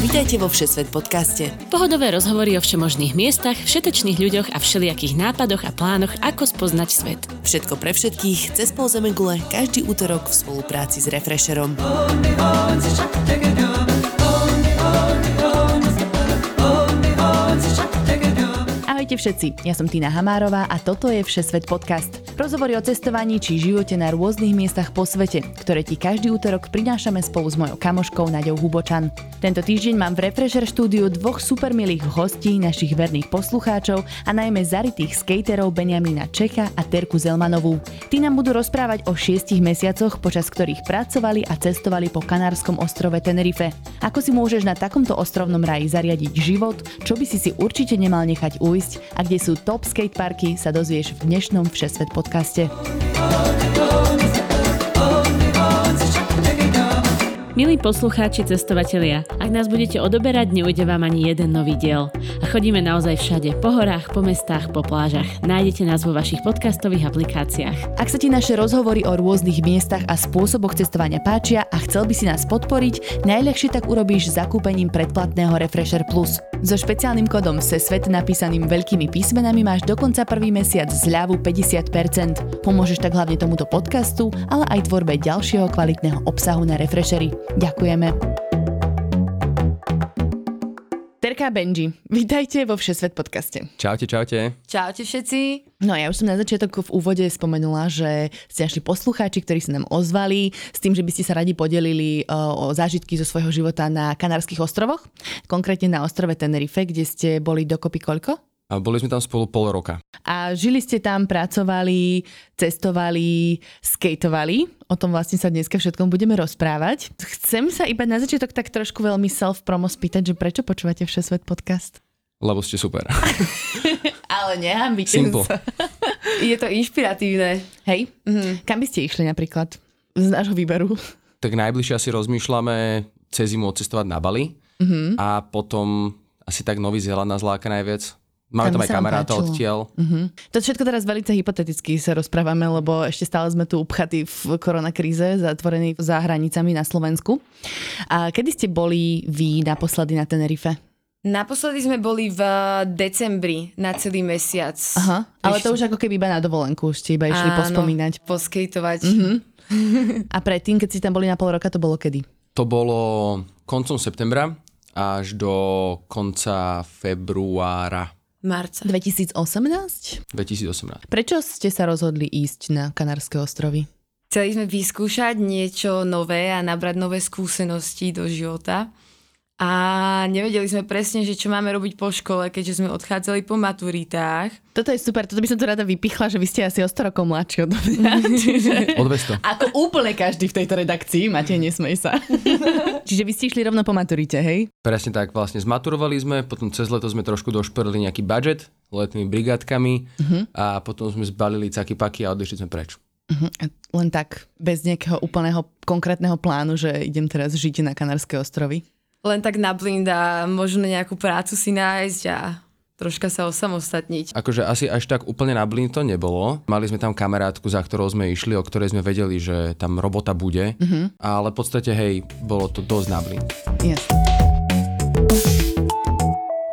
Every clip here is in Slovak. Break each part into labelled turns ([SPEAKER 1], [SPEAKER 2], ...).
[SPEAKER 1] vítajte vo Všesvet podcaste.
[SPEAKER 2] Pohodové rozhovory o všemožných miestach, všetečných ľuďoch a všelijakých nápadoch a plánoch, ako spoznať svet.
[SPEAKER 1] Všetko pre všetkých cez Polzemegule každý útorok v spolupráci s Refresherom.
[SPEAKER 3] Ahojte všetci, ja som Tina Hamárová a toto je Všesvet podcast. Rozhovory o cestovaní či živote na rôznych miestach po svete, ktoré ti každý útorok prinášame spolu s mojou kamoškou Naďou Hubočan. Tento týždeň mám v Refresher štúdiu dvoch supermilých hostí, našich verných poslucháčov a najmä zaritých skaterov Benjamina Čecha a Terku Zelmanovú. Tí nám budú rozprávať o šiestich mesiacoch, počas ktorých pracovali a cestovali po Kanárskom ostrove Tenerife. Ako si môžeš na takomto ostrovnom raji zariadiť život, čo by si si určite nemal nechať ujsť ísť a kde sú top skateparky sa dozvieš v dnešnom Všesvet podcaste.
[SPEAKER 2] Milí poslucháči, cestovatelia, ak nás budete odoberať, neujde vám ani jeden nový diel. A chodíme naozaj všade, po horách, po mestách, po plážach. Nájdete nás vo vašich podcastových aplikáciách.
[SPEAKER 3] Ak sa ti naše rozhovory o rôznych miestach a spôsoboch cestovania páčia a chcel by si nás podporiť, najľahšie tak urobíš zakúpením predplatného Refresher Plus. So špeciálnym kodom SESVET napísaným veľkými písmenami máš dokonca prvý mesiac zľavu 50%. Pomôžeš tak hlavne tomuto podcastu, ale aj tvorbe ďalšieho kvalitného obsahu na Refreshery. Ďakujeme. Terka a Benji, vítajte vo Všesvet podcaste.
[SPEAKER 4] Čaute, čaute.
[SPEAKER 5] Čaute všetci.
[SPEAKER 3] No a ja už som na začiatok v úvode spomenula, že ste našli poslucháči, ktorí sa nám ozvali s tým, že by ste sa radi podelili eh, o zážitky zo svojho života na Kanárskych ostrovoch, konkrétne na ostrove Tenerife, kde ste boli dokopy koľko?
[SPEAKER 4] A boli sme tam spolu pol roka.
[SPEAKER 3] A žili ste tam, pracovali, cestovali, skateovali. O tom vlastne sa dneska všetkom budeme rozprávať. Chcem sa iba na začiatok tak trošku veľmi self-promo spýtať, že prečo počúvate Všesvet podcast?
[SPEAKER 4] Lebo ste super.
[SPEAKER 3] Ale nehambíte
[SPEAKER 4] Simple.
[SPEAKER 5] Je to inšpiratívne.
[SPEAKER 3] Hej, mm-hmm. kam by ste išli napríklad z nášho výberu?
[SPEAKER 4] tak najbližšie asi rozmýšľame cez zimu odcestovať na Bali
[SPEAKER 3] Mhm.
[SPEAKER 4] mm-hmm. a potom asi tak Nový Zéland nás láka najviac. Máme
[SPEAKER 3] Tam by
[SPEAKER 4] tam,
[SPEAKER 3] sa
[SPEAKER 4] aj
[SPEAKER 3] nám
[SPEAKER 4] kamaráta
[SPEAKER 3] páčilo. Mhm.
[SPEAKER 4] odtiaľ.
[SPEAKER 3] To všetko teraz veľmi hypoteticky sa rozprávame, lebo ešte stále sme tu upchatí v koronakríze, zatvorení za hranicami na Slovensku. A kedy ste boli vy naposledy na Tenerife?
[SPEAKER 5] Naposledy sme boli v eh, decembri na celý mesiac.
[SPEAKER 3] Aha, ale to už ako keby iba na dovolenku, už ste iba išli
[SPEAKER 5] Áno,
[SPEAKER 3] pospomínať. Mhm.
[SPEAKER 5] Poskejtovať. Mm-hmm.
[SPEAKER 3] A predtým, keď ste tam boli na pol roka, to bolo kedy?
[SPEAKER 4] To bolo koncom septembra až do konca februára
[SPEAKER 5] Marca.
[SPEAKER 3] 2018?
[SPEAKER 4] 2018.
[SPEAKER 3] Prečo ste sa rozhodli ísť na Kanárske ostrovy?
[SPEAKER 5] Chceli sme vyskúšať niečo nové a nabrať nové skúsenosti do života. A nevedeli sme presne, že čo máme robiť po škole, keďže sme odchádzali po maturitách.
[SPEAKER 3] Toto je super, toto by som tu rada vypichla, že vy ste asi o 100 rokov mladší od mňa. Čiže...
[SPEAKER 4] O 200.
[SPEAKER 3] Ako úplne každý v tejto redakcii, máte, nesmej sa. Čiže vy ste išli rovno po maturite, hej?
[SPEAKER 4] Presne tak, vlastne zmaturovali sme, potom cez leto sme trošku došperli nejaký budget letnými brigádkami
[SPEAKER 3] Mhm.
[SPEAKER 4] a potom sme zbalili caky paky a odišli sme preč.
[SPEAKER 3] A Len tak, bez nejakého úplného konkrétneho plánu, že idem teraz žiť na Kanárske ostrovy.
[SPEAKER 5] Len tak na blind a možno nejakú prácu si nájsť a troška sa osamostatniť.
[SPEAKER 4] Akože asi až tak úplne na blín to nebolo. Mali sme tam kamarátku, za ktorou sme išli, o ktorej sme vedeli, že tam robota bude.
[SPEAKER 3] Mhm.
[SPEAKER 4] Mm-hmm. Ale v podstate, hej, bolo to dosť na blín.
[SPEAKER 3] Yes.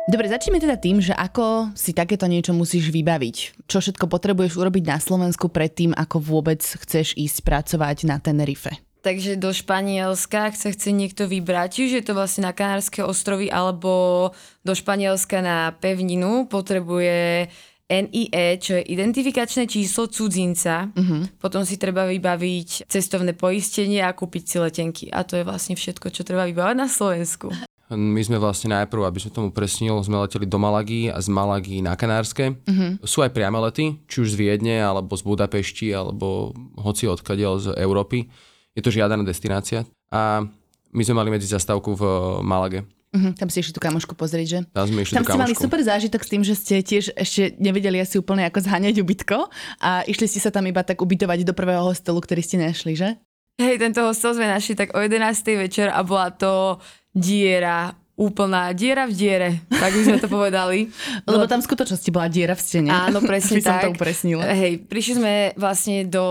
[SPEAKER 3] Dobre, začneme teda tým, že ako si takéto niečo musíš vybaviť. Čo všetko potrebuješ urobiť na Slovensku predtým, ako vôbec chceš ísť pracovať na Tenerife.
[SPEAKER 5] Takže do Španielska, ak sa chce niekto vybrať, čiže je to vlastne na Kanárske ostrovy alebo do Španielska na pevninu, potrebuje NIE, čo je identifikačné číslo cudzinca. Potom si treba vybaviť cestovné poistenie a kúpiť si letenky. A to je vlastne všetko, čo treba vybavať na Slovensku.
[SPEAKER 4] My sme vlastne najprv, aby som tomu presnil, sme leteli do Malagy a z Malagy na Kanárske.
[SPEAKER 3] Mhm.
[SPEAKER 4] Mm-hmm. Sú aj priame lety, či už z Viedne, alebo z Budapešti, alebo hoci odkiaľ z Európy. Je to žiadaná destinácia. A my sme mali medzi zastávku v eh, Malage.
[SPEAKER 3] Mhm, tam si ešte tú kamošku pozrieť, že?
[SPEAKER 4] Tam sme išli
[SPEAKER 3] Tam
[SPEAKER 4] do
[SPEAKER 3] ste mali
[SPEAKER 4] kamošku.
[SPEAKER 3] super zážitok s tým, že ste tiež ešte nevedeli asi úplne ako zháňať ubytko a išli ste sa tam iba tak ubytovať do prvého hostelu, ktorý ste našli, že?
[SPEAKER 5] Hej, tento hostel sme našli tak o 11. večer a bola to diera úplná diera v diere, tak by sme to povedali.
[SPEAKER 3] Lebo tam v skutočnosti bola diera v stene.
[SPEAKER 5] Áno,
[SPEAKER 3] Aby
[SPEAKER 5] presne
[SPEAKER 3] som
[SPEAKER 5] tak.
[SPEAKER 3] to upresnila.
[SPEAKER 5] Hej, prišli sme vlastne do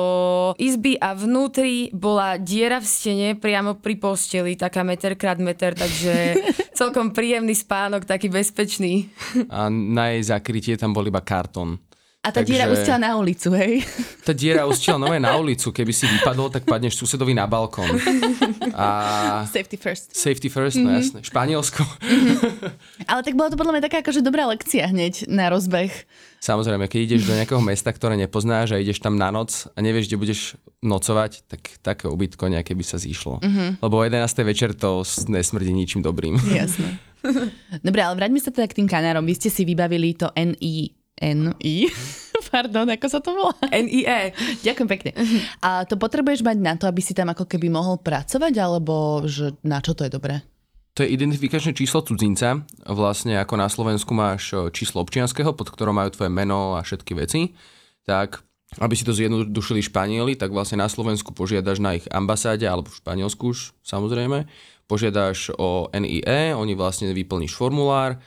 [SPEAKER 5] izby a vnútri bola diera v stene priamo pri posteli, taká meter krát meter, takže celkom príjemný spánok, taký bezpečný.
[SPEAKER 4] A na jej zakrytie tam bol iba kartón.
[SPEAKER 3] A tá diera
[SPEAKER 4] Takže-
[SPEAKER 3] ústila na ulicu, hej?
[SPEAKER 4] Tá diera ustiela nové na ulicu, keby si vypadol, tak padneš susedovi na balkón. A
[SPEAKER 3] Safety first.
[SPEAKER 4] safety first, no jasné. Španielsko.
[SPEAKER 3] Ale tak bola to podľa mňa taká akože dobrá lekcia hneď na rozbeh.
[SPEAKER 4] Samozrejme, keď ideš do nejakého mesta, ktoré nepoznáš a ideš tam na noc a nevieš, kde budeš nocovať, tak také ubytko nejaké by sa zišlo. Lebo o 11. večer to s- nesmrdí ničím dobrým.
[SPEAKER 3] Jasné. Dobre, ale vráťme sa teda k tým Kanárom. Vy ste si vybavili to NI. NI? Pardon, ako sa to volá? E.
[SPEAKER 5] NIE.
[SPEAKER 3] Ďakujem pekne. A to potrebuješ mať na to, aby si tam ako keby mohol pracovať, alebo že na čo to je dobré?
[SPEAKER 4] To je identifikačné číslo cudzinca. Vlastne ako na Slovensku máš e, číslo občianského, pod ktorom majú tvoje meno a všetky veci. Tak aby si to zjednodušili Španieli, tak vlastne na Slovensku požiadaš na ich ambasáde, alebo v Španielsku už samozrejme, požiadaš o NIE, oni vlastne vyplníš formulár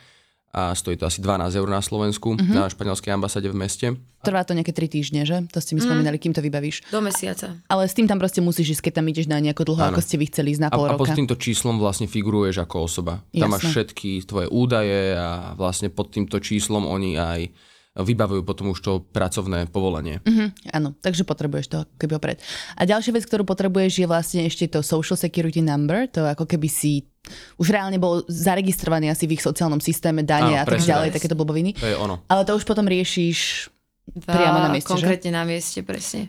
[SPEAKER 4] a stojí to asi 12 eur na Slovensku, mm-hmm. na španielskej ambasáde v meste.
[SPEAKER 3] Trvá to nejaké 3 týždne, že? To ste mi spomínali, kým to vybavíš.
[SPEAKER 5] Do mesiaca.
[SPEAKER 3] Ale s tým tam proste musíš ísť, keď tam ideš na nejako dlho, ako
[SPEAKER 4] Áno.
[SPEAKER 3] ste vy chceli ísť na
[SPEAKER 4] A,
[SPEAKER 3] pol
[SPEAKER 4] a pod
[SPEAKER 3] roka.
[SPEAKER 4] týmto číslom vlastne figuruješ ako osoba. Tam máš
[SPEAKER 3] Jasné.
[SPEAKER 4] všetky tvoje údaje a vlastne pod týmto číslom oni aj vybavujú potom už to pracovné povolenie.
[SPEAKER 3] Mhm,
[SPEAKER 4] Mm-hmm.
[SPEAKER 3] áno, takže potrebuješ to ako keby opred. A ďalšia vec, ktorú potrebuješ, je vlastne ešte to social security number, to ako keby si už reálne bol zaregistrovaný asi v ich sociálnom systéme, dane a
[SPEAKER 4] Áno,
[SPEAKER 3] tak
[SPEAKER 4] presne
[SPEAKER 3] ďalej,
[SPEAKER 5] tak.
[SPEAKER 3] takéto blboviny.
[SPEAKER 4] To je ono.
[SPEAKER 3] Ale to už potom riešiš
[SPEAKER 5] Dva,
[SPEAKER 3] Priamo na mieste, že?
[SPEAKER 5] Konkrétne na mieste, presne.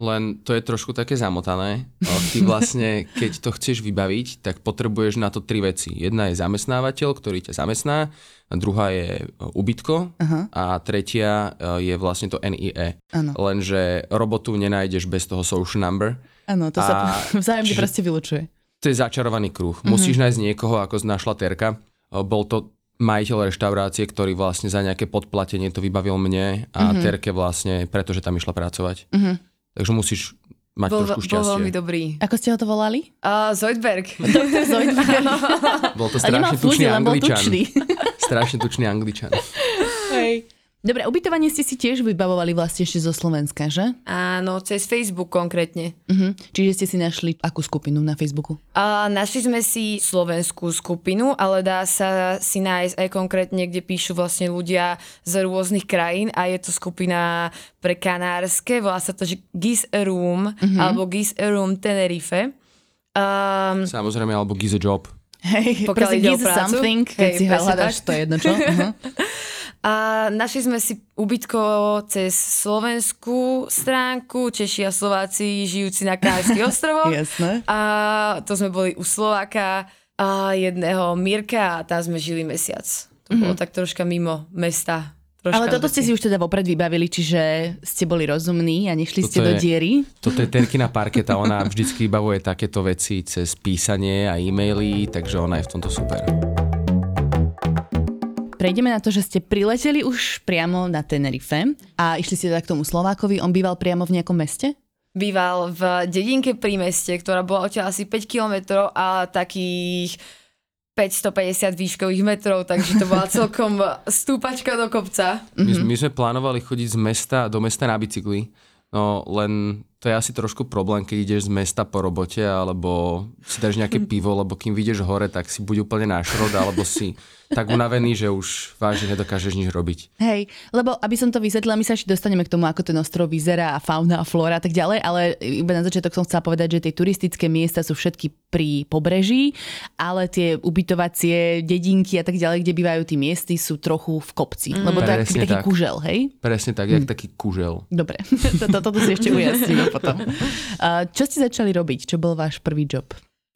[SPEAKER 4] Len to je trošku také zamotané. O, Ty vlastne, keď to chceš vybaviť, tak potrebuješ na to tri veci. Jedna je zamestnávateľ, ktorý ťa zamestná, a druhá je e, ubytko uh-huh. a tretia e, je vlastne to NIE.
[SPEAKER 3] Áno.
[SPEAKER 4] Lenže robotu nenájdeš bez toho social number.
[SPEAKER 3] Áno, to sa
[SPEAKER 4] A-
[SPEAKER 3] po- vzájomne
[SPEAKER 4] čiže-
[SPEAKER 3] proste vylučuje.
[SPEAKER 4] to je začarovaný kruh.
[SPEAKER 3] Mhm.
[SPEAKER 4] Mm-hmm. Musíš nájsť niekoho, ako našla Terka. O, Bol to majiteľ reštaurácie, ktorý vlastne za nejaké podplatenie to vybavil mne a
[SPEAKER 3] Mhm.
[SPEAKER 4] mm-hmm. Terke vlastne, pretože tam išla pracovať. Mm-hmm. Takže musíš mať
[SPEAKER 5] Bol,
[SPEAKER 4] trošku
[SPEAKER 5] bol veľmi
[SPEAKER 4] šťastie.
[SPEAKER 5] dobrý.
[SPEAKER 3] Ako ste ho to volali?
[SPEAKER 5] Uh, Zoidberg.
[SPEAKER 4] Bol to
[SPEAKER 3] A nemal
[SPEAKER 4] strašne tučný
[SPEAKER 3] fúzi, len bol
[SPEAKER 4] angličan.
[SPEAKER 3] tučný.
[SPEAKER 4] strašne tučný angličan.
[SPEAKER 3] Dobre, ubytovanie ste si tiež vybavovali vlastne ešte zo Slovenska, že?
[SPEAKER 5] Áno, cez Facebook konkrétne.
[SPEAKER 3] Mhm. Čiže ste si našli akú skupinu na Facebooku?
[SPEAKER 5] A našli sme si slovenskú skupinu, ale dá sa si nájsť aj konkrétne, kde píšu vlastne ľudia z rôznych krajín a je to skupina pre kanárske, volá sa to, že Giz a Room mm-hmm. alebo Giz a Room Tenerife. Um,
[SPEAKER 4] Samozrejme, alebo Gize Job.
[SPEAKER 3] Hej,
[SPEAKER 5] Pokiaľ
[SPEAKER 3] proste
[SPEAKER 5] ide o
[SPEAKER 3] give
[SPEAKER 5] prácu.
[SPEAKER 3] something, keď
[SPEAKER 5] Hej,
[SPEAKER 3] si
[SPEAKER 5] presne
[SPEAKER 3] hľadáš,
[SPEAKER 5] tak.
[SPEAKER 3] to je jedno čo. Aha.
[SPEAKER 5] A našli sme si ubytko cez slovenskú stránku, Češi a Slováci žijúci na Kanárských ostrovoch.
[SPEAKER 3] Jasné.
[SPEAKER 5] A to sme boli u Slováka a jedného Mirka a tam sme žili mesiac. To bolo tak troška mimo mesta. Troška
[SPEAKER 3] Mhm. Ale toto ste si už teda vopred vybavili, čiže ste boli rozumní a nešli
[SPEAKER 4] Toto
[SPEAKER 3] ste do
[SPEAKER 4] je-
[SPEAKER 3] diery.
[SPEAKER 4] Toto je Terkina parketa, ona vždycky vybavuje takéto veci cez písanie a e-maily, takže ona je v tomto super.
[SPEAKER 3] Prejdeme na to, že ste prileteli už priamo na Tenerife a išli ste teda k tomu Slovákovi, on býval priamo v nejakom meste?
[SPEAKER 5] Býval v dedinke pri meste, ktorá bola odtiaľ asi 5 kilometrov a takých 550 výškových metrov, takže to bola celkom stúpačka do kopca.
[SPEAKER 4] My,
[SPEAKER 3] Mhm.
[SPEAKER 4] sme- my sme plánovali chodiť z mesta do mesta na bicykli, no len to je asi trošku problém, keď ideš z mesta po robote alebo si dáš nejaké
[SPEAKER 3] Mhm.
[SPEAKER 4] pivo, lebo kým vyjdeš hore, tak si buď úplne nášrod, alebo si tak unavený, že už vážne nedokážeš nič robiť.
[SPEAKER 3] Hej, lebo aby som to vysvetlila, my sa ešte dostaneme k tomu, ako ten ostrov vyzerá a fauna a flóra a tak ďalej, ale iba na začiatok som chcela povedať, že tie turistické miesta sú všetky pri pobreží, ale tie ubytovacie dedinky a tak ďalej, kde bývajú tí miesty, sú trochu v kopci, mm. lebo to je
[SPEAKER 4] Presne
[SPEAKER 3] aký- taký
[SPEAKER 4] tak.
[SPEAKER 3] kužel, hej?
[SPEAKER 4] Presne tak,
[SPEAKER 3] Mhm.
[SPEAKER 4] jak taký kužel.
[SPEAKER 3] Dobre, toto to, to si ešte ujasníme potom. A Čo ste začali robiť? Čo bol váš prvý job?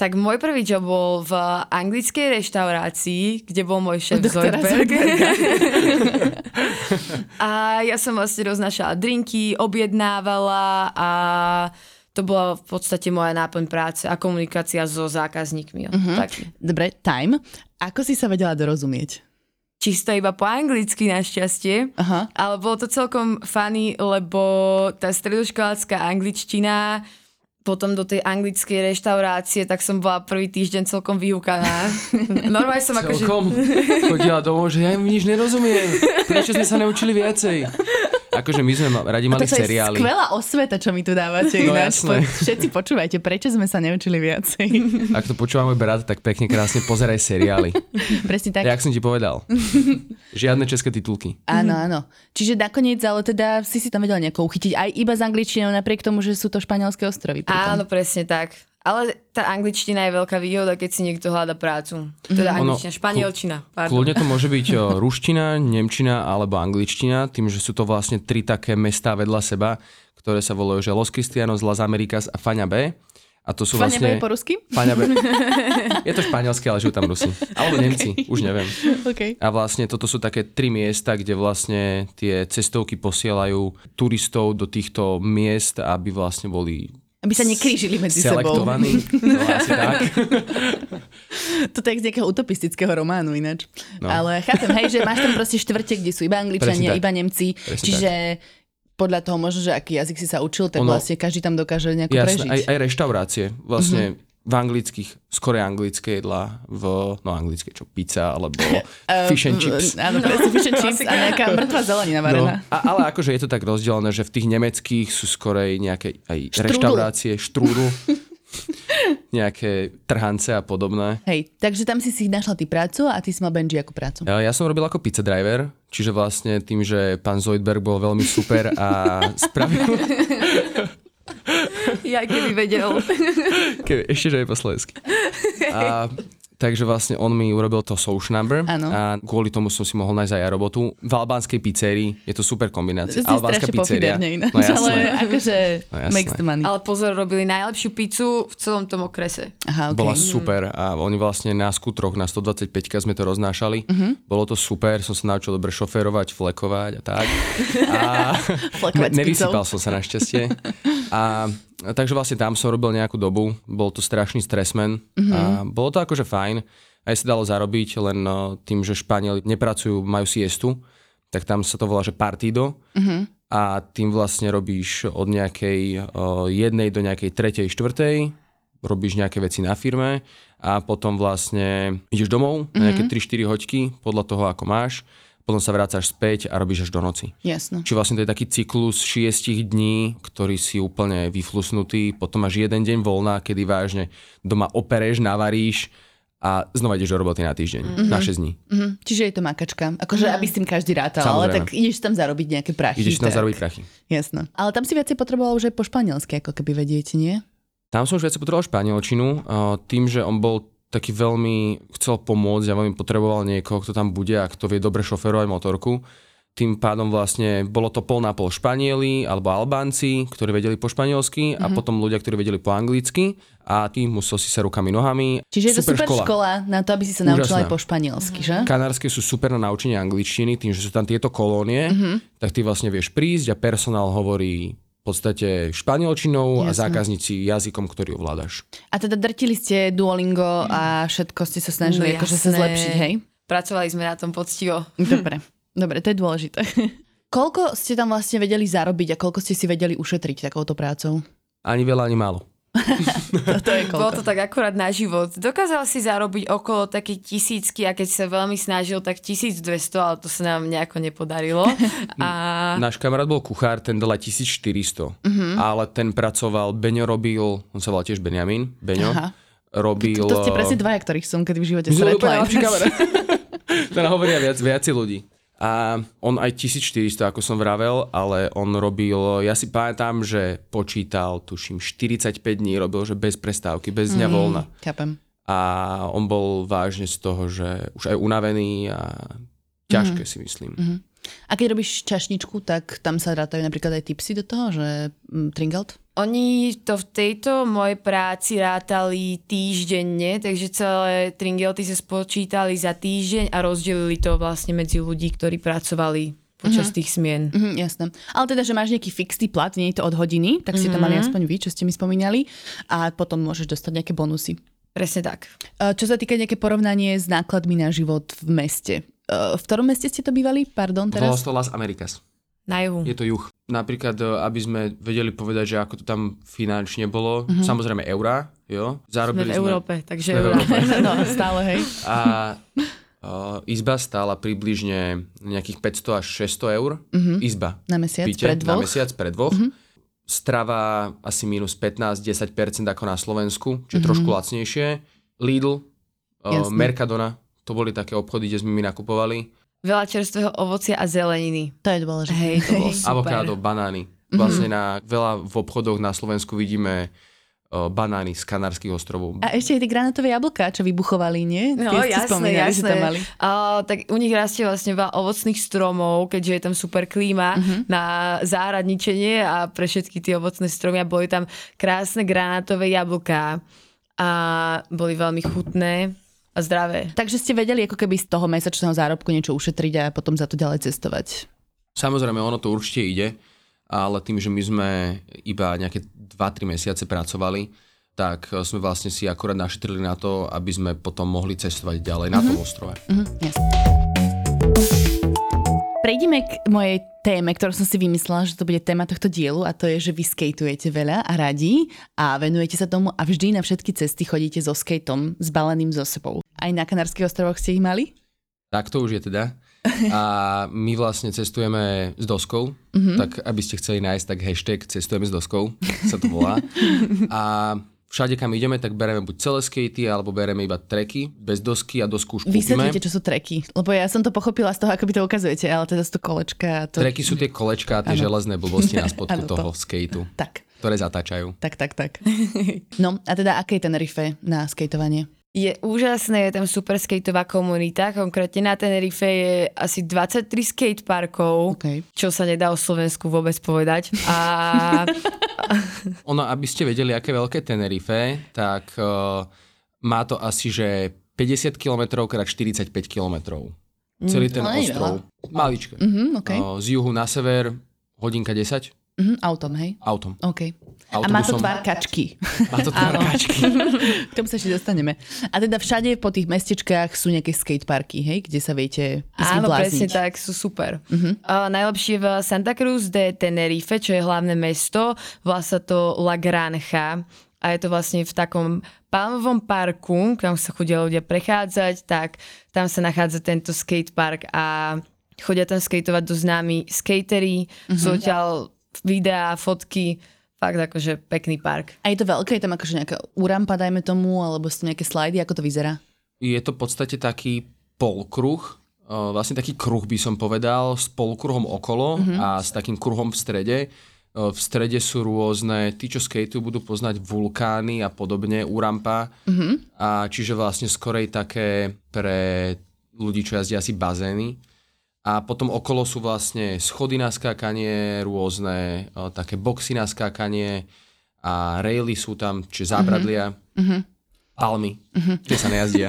[SPEAKER 5] Tak môj prvý job bol v anglickej reštaurácii, kde bol môj šéf
[SPEAKER 3] Doktora
[SPEAKER 5] Zoidberg. a ja som vlastne roznašala drinky, objednávala a to bola v podstate moja náplň práce a komunikácia so zákazníkmi. Mm-hmm. Tak,
[SPEAKER 3] Dobre, time. Ako si sa vedela dorozumieť?
[SPEAKER 5] čisto iba po anglicky našťastie.
[SPEAKER 3] Aha.
[SPEAKER 5] Ale bolo to celkom funny, lebo tá stredoškolácká angličtina potom do tej anglickej reštaurácie, tak som bola prvý týždeň celkom vyhúkaná. Normálne som akože...
[SPEAKER 4] Celkom chodila domov, že ja im nič nerozumiem. Prečo sme sa neučili viacej? Akože my sme ma- radi mali
[SPEAKER 3] to je
[SPEAKER 4] seriály.
[SPEAKER 3] skvelá osveta, čo mi tu dávate.
[SPEAKER 4] No
[SPEAKER 3] ináč.
[SPEAKER 4] jasné.
[SPEAKER 3] Po- Všetci počúvajte, prečo sme sa neučili viacej.
[SPEAKER 4] Ak to počúva môj brat, tak pekne, krásne pozeraj seriály.
[SPEAKER 3] Presne tak.
[SPEAKER 4] Jak som ti povedal. Žiadne české titulky.
[SPEAKER 3] Áno, áno. Čiže nakoniec, ale teda si si tam vedela nejako uchytiť aj iba s angličtinou, napriek tomu, že sú to španielské ostrovy. pritom.
[SPEAKER 5] Áno, presne tak. Ale tá angličtina je veľká výhoda, keď si niekto hľada prácu. Teda
[SPEAKER 4] Mhm. Ono,
[SPEAKER 5] angličtina, španielčina. Pardon.
[SPEAKER 4] Kľudne to môže byť o, ruština, nemčina alebo angličtina, tým, že sú to vlastne tri také mestá vedľa seba, ktoré sa volajú, že Los Cristianos, Las Americas a Faňa B. A to sú
[SPEAKER 3] Fane
[SPEAKER 4] vlastne...
[SPEAKER 3] vlastne... po rusky?
[SPEAKER 4] Faňa B. Je to španielské, ale žijú tam Rusi. Alebo Nemci, už neviem.
[SPEAKER 3] OK.
[SPEAKER 4] A vlastne toto sú také tri miesta, kde vlastne tie cestovky posielajú turistov do týchto miest, aby vlastne boli
[SPEAKER 3] Aby sa nekrížili medzi sebou.
[SPEAKER 4] selektovaní. No, asi tak.
[SPEAKER 3] To je z nejakého utopistického románu ináč. No. Ale chápem, hej, že máš tam proste štvrte, kde sú iba Angličania,
[SPEAKER 4] Presne tak.
[SPEAKER 3] iba Nemci.
[SPEAKER 4] Presne
[SPEAKER 3] čiže podľa toho možno, že aký jazyk si sa učil, tak
[SPEAKER 4] Ono-
[SPEAKER 3] vlastne každý tam dokáže nejako
[SPEAKER 4] Jasné,
[SPEAKER 3] prežiť. Mhm.
[SPEAKER 4] aj, aj reštaurácie. Vlastne v anglických, skore anglické jedlá, v, no anglické, čo pizza, alebo
[SPEAKER 3] Ehm,
[SPEAKER 4] fish and chips.
[SPEAKER 3] Mm, Áno, presne, fish and chips a nejaká mŕtva zelenina varená.
[SPEAKER 4] No, a, ale akože je to tak rozdelené, že v tých nemeckých sú skorej nejaké aj
[SPEAKER 3] Štrúdl.
[SPEAKER 4] reštaurácie, štrúdu, nejaké trhance a podobné.
[SPEAKER 3] Hej, takže tam si si našla ty prácu a ty si mal Benji ako prácu.
[SPEAKER 4] E, Ja som robil ako pizza driver, čiže vlastne tým, že pán Zoidberg bol veľmi super a spravil...
[SPEAKER 5] Ja keby vedel.
[SPEAKER 4] Keby, ešte, že je po slovensky. A, takže vlastne on mi urobil to social number
[SPEAKER 3] Áno.
[SPEAKER 4] a kvôli tomu som si mohol nájsť aj ja robotu. V albánskej pizzerii je to super kombinácia.
[SPEAKER 3] Si
[SPEAKER 4] Albánska
[SPEAKER 3] strašne
[SPEAKER 4] pizzeria.
[SPEAKER 3] pofiderne ináč,
[SPEAKER 4] No
[SPEAKER 3] ale
[SPEAKER 4] jasné.
[SPEAKER 3] akože
[SPEAKER 4] No jasné.
[SPEAKER 3] makes the money.
[SPEAKER 5] Ale pozor, robili najlepšiu pizzu v celom tom okrese.
[SPEAKER 3] Aha, okay.
[SPEAKER 4] Bola super a oni vlastne na skutroch na 125 sme to roznášali.
[SPEAKER 3] Mhm.
[SPEAKER 4] Bolo to super, som sa naučil dobre šoférovať, flekovať a tak.
[SPEAKER 3] Flekovať s
[SPEAKER 4] Ne-
[SPEAKER 3] pizzou.
[SPEAKER 4] Nevysypal som sa našťastie. A, a takže vlastne tam som robil nejakú dobu, bol to strašný stresmen mm-hmm. a bolo to akože fajn. Aj sa dalo zarobiť, len no, tým, že Španieli nepracujú, majú siestu, tak tam sa to volá, že partido. Mm-hmm. A tým vlastne robíš od nejakej o, jednej do nejakej tretej, štvrtej, robíš nejaké veci na firme a potom vlastne ideš domov na nejaké 3-4 hoďky podľa toho, ako máš. Potom sa vrácaš späť a robíš až do noci.
[SPEAKER 3] Jasno.
[SPEAKER 4] Čiže vlastne to je taký cyklus šiestich dní, ktorý si úplne vyflusnutý, potom máš jeden deň voľná, kedy vážne doma opereš, navaríš a znova ideš do roboty na týždeň, na 6 dní.
[SPEAKER 3] Mhm. Čiže je to makačka. Akože, aby s tým každý rátal, ale
[SPEAKER 4] Samozrejme.
[SPEAKER 3] tak ideš tam zarobiť nejaké prachy.
[SPEAKER 4] Ideš tam
[SPEAKER 3] tak.
[SPEAKER 4] zarobiť prachy.
[SPEAKER 3] Jasno. Ale tam si viacej potreboval už aj po španielsky, ako keby vedieť, nie?
[SPEAKER 4] Tam som už viac potreboval španielčinu, a tým, že on bol taký veľmi chcel pomôcť, ja veľmi potreboval niekoho, kto tam bude a kto vie dobre šoferovať motorku. Tým pádom vlastne bolo to pol na pol Španieli alebo Albánci, ktorí vedeli po španielsky
[SPEAKER 3] Mhm.
[SPEAKER 4] a potom ľudia, ktorí vedeli po anglicky a tým musel si sa rukami nohami.
[SPEAKER 3] Čiže je to super škola. škola na to, aby si sa naučila aj
[SPEAKER 4] Úžasná. Mhm.
[SPEAKER 3] po španielsky, že?
[SPEAKER 4] Kanárske sú super na naučenie angličtiny, tým, že sú tam tieto kolónie,
[SPEAKER 3] Mhm.
[SPEAKER 4] tak ty vlastne vieš prísť a personál hovorí v podstate španielčinou a
[SPEAKER 3] Jasné.
[SPEAKER 4] zákazníci jazykom, ktorý ovládaš.
[SPEAKER 3] A teda drtili ste Duolingo a všetko ste sa snažili akože sa
[SPEAKER 5] jasné.
[SPEAKER 3] zlepšiť, hej?
[SPEAKER 5] Pracovali sme na tom poctivo.
[SPEAKER 3] Hm. Dobre, dobre, to je dôležité. Koľko ste tam vlastne vedeli zarobiť a koľko ste si vedeli ušetriť takouto prácou?
[SPEAKER 4] Ani veľa, ani málo.
[SPEAKER 3] To je
[SPEAKER 5] Bolo to tak akurát na život. Dokázal si zarobiť okolo také tisícky a keď sa veľmi snažil, tak 1200, ale to sa nám nejako nepodarilo. A
[SPEAKER 4] Náš kamarát bol kuchár, ten dal aj 1400,
[SPEAKER 3] Mhm.
[SPEAKER 4] ale ten pracoval, Beňo robil, on sa volal tiež Benjamin, Beňo,
[SPEAKER 3] Aha.
[SPEAKER 4] robil... eh,
[SPEAKER 3] To ste presne dvaja, ktorých som kedy v živote
[SPEAKER 4] My sme
[SPEAKER 3] stretla.
[SPEAKER 4] úplne lepší kamarát. to nám hovoria viac, viaci ľudí. A on aj 1400, ako som vravel, ale on robil, ja si pamätám, že počítal, tuším, 45 dní robil, že bez prestávky, bez
[SPEAKER 3] Mhm.
[SPEAKER 4] dňa voľna.
[SPEAKER 3] Chápem.
[SPEAKER 4] A on bol vážne z toho, že už aj unavený a
[SPEAKER 3] Mhm.
[SPEAKER 4] ťažké si myslím.
[SPEAKER 3] A keď robíš čašničku, tak tam sa rátajú napríklad aj tipsy do toho, že mm, tringelt?
[SPEAKER 5] Oni to v tejto mojej práci rátali týždenne, takže celé tringelty sa spočítali za týždeň a rozdelili to vlastne medzi ľudí, ktorí pracovali počas tých smien.
[SPEAKER 3] Mhm, jasné. Ale teda, že máš nejaký fixný plat, nie je to od hodiny, tak ste to mali aspoň vy, čo ste mi spomínali. A potom môžeš dostať nejaké bonusy.
[SPEAKER 5] Presne tak.
[SPEAKER 3] E, Čo sa týka nejaké porovnanie s nákladmi na život v meste. E, V ktorom meste ste to bývali? Pardon,
[SPEAKER 4] Volal
[SPEAKER 3] teraz.
[SPEAKER 4] sa to Las Americas.
[SPEAKER 5] Na juhu.
[SPEAKER 4] Je to juh. Napríklad, e, aby sme vedeli povedať, že ako to tam finančne bolo, mm-hmm. samozrejme eurá, jo.
[SPEAKER 5] Sme v
[SPEAKER 4] Zarobili
[SPEAKER 5] Európe, takže
[SPEAKER 4] Sme v Európe.
[SPEAKER 3] No, stále, hej.
[SPEAKER 4] A e, izba stála približne nejakých 500 až 600 eur. Izba.
[SPEAKER 3] Na mesiac,
[SPEAKER 4] Byte
[SPEAKER 3] Mhm. pre dvoch.
[SPEAKER 4] Na mesiac pre dvoch. Strava asi minus 15-10% ako na Slovensku, čiže trošku lacnejšie. Lidl, uh,
[SPEAKER 3] Jasné.
[SPEAKER 4] Mercadona, to boli také obchody, kde sme my nakupovali.
[SPEAKER 5] Veľa čerstvého ovocia a zeleniny.
[SPEAKER 3] To je dôležité.
[SPEAKER 5] Hej, to bolo super.
[SPEAKER 4] Avokádo, banány. Vlastne na veľa v obchodoch na Slovensku vidíme uh, banány z Kanárskych ostrovov.
[SPEAKER 3] A ešte aj tie granátové jablká, čo vybuchovali, nie?
[SPEAKER 5] No,
[SPEAKER 3] tie ste
[SPEAKER 5] jasné,
[SPEAKER 3] spomínali, že
[SPEAKER 5] jasné.
[SPEAKER 3] tam mali.
[SPEAKER 5] A, tak u nich rastie vlastne veľa ovocných stromov, keďže je tam super klíma
[SPEAKER 3] Mhm.
[SPEAKER 5] na záhradničenie a pre všetky tie ovocné stromy a boli tam krásne granátové jablká a boli veľmi chutné a zdravé.
[SPEAKER 3] Takže ste vedeli ako keby z toho mesačného zárobku niečo ušetriť a potom za to ďalej cestovať.
[SPEAKER 4] Samozrejme, ono to určite ide, ale tým, že my sme iba nejaké 2-3 mesiace pracovali, tak eh, sme vlastne si akorát našetrili na to, aby sme potom mohli cestovať ďalej na tom ostrove.
[SPEAKER 3] Prejdeme k mojej téme, ktorú som si vymyslela, že to bude téma tohto dielu a to je, že vy skateujete veľa a radi a venujete sa tomu a vždy na všetky cesty chodíte so skateom zbaleným zo sebou. Aj na Kanárskych ostrovoch ste ich mali?
[SPEAKER 4] Tak to už je teda. A my vlastne cestujeme s doskou,
[SPEAKER 3] Mhm.
[SPEAKER 4] tak aby ste chceli nájsť, tak hashtag cestujeme s doskou, sa to volá. A všade, kam ideme, tak bereme buď celé skatey, alebo bereme iba treky bez dosky a dosku už kúpime.
[SPEAKER 3] Vysvetlite, čo sú treky, lebo ja som to pochopila z toho, ako by to ukazujete, ale teda sú to kolečka a to...
[SPEAKER 4] Treky sú tie kolečka a tie železné blbosti na spodku
[SPEAKER 3] Áno, to.
[SPEAKER 4] toho skateu,
[SPEAKER 3] Tak,
[SPEAKER 4] ktoré zatáčajú.
[SPEAKER 3] tak, tak, tak. No a teda, aké je ten rife na skateovanie?
[SPEAKER 5] Je úžasné, je tam super skateová komunita, konkrétne na Tenerife je asi 23 skateparkov,
[SPEAKER 3] OK.
[SPEAKER 5] čo sa nedá o Slovensku vôbec povedať. A
[SPEAKER 4] Ono, aby ste vedeli, aké veľké Tenerife, tak uh, má to asi, že 50 km krát 45 km. Celý ten
[SPEAKER 3] to nie je
[SPEAKER 4] ostrov. Maličké.
[SPEAKER 3] Mhm, OK.
[SPEAKER 4] Uh, z juhu na sever hodinka 10
[SPEAKER 3] Mhm, autom, hej?
[SPEAKER 4] autom.
[SPEAKER 3] OK. A má to
[SPEAKER 4] Autobusom.
[SPEAKER 3] tvár kačky.
[SPEAKER 4] Má to tvár kačky.
[SPEAKER 3] K tomu sa ešte dostaneme. A teda všade po tých mestečkách sú nejaké skateparky, hej, kde sa viete ísť
[SPEAKER 5] Áno, presne
[SPEAKER 3] vyblázniť.
[SPEAKER 5] tak, sú super. Uh-huh. Uh, najlepšie v Santa Cruz de Tenerife, čo je hlavné mesto, volá sa to La Granja a je to vlastne v takom palmovom parku, kam sa chodia ľudia prechádzať, tak tam sa nachádza tento skatepark a chodia tam skateovať do známi skatery, uh-huh. sú odtiaľ videá, fotky, fakt akože pekný park.
[SPEAKER 3] A je to veľké, je tam akože nejaká úrampa, dajme tomu, alebo sú nejaké slajdy, ako to vyzerá?
[SPEAKER 4] Je to v podstate taký polkruh, eh, vlastne taký kruh by som povedal, s polkruhom okolo a s takým kruhom v strede. Eh, V strede sú rôzne, tí, čo skateujú, budú poznať vulkány a podobne, urampa. A čiže vlastne skorej také pre ľudí, čo jazdia asi bazény. A potom okolo sú vlastne schody na skákanie, rôzne eh, také boxy na skákanie a raily sú tam, čiže zábradlia. Palmy, tie sa nejazdia.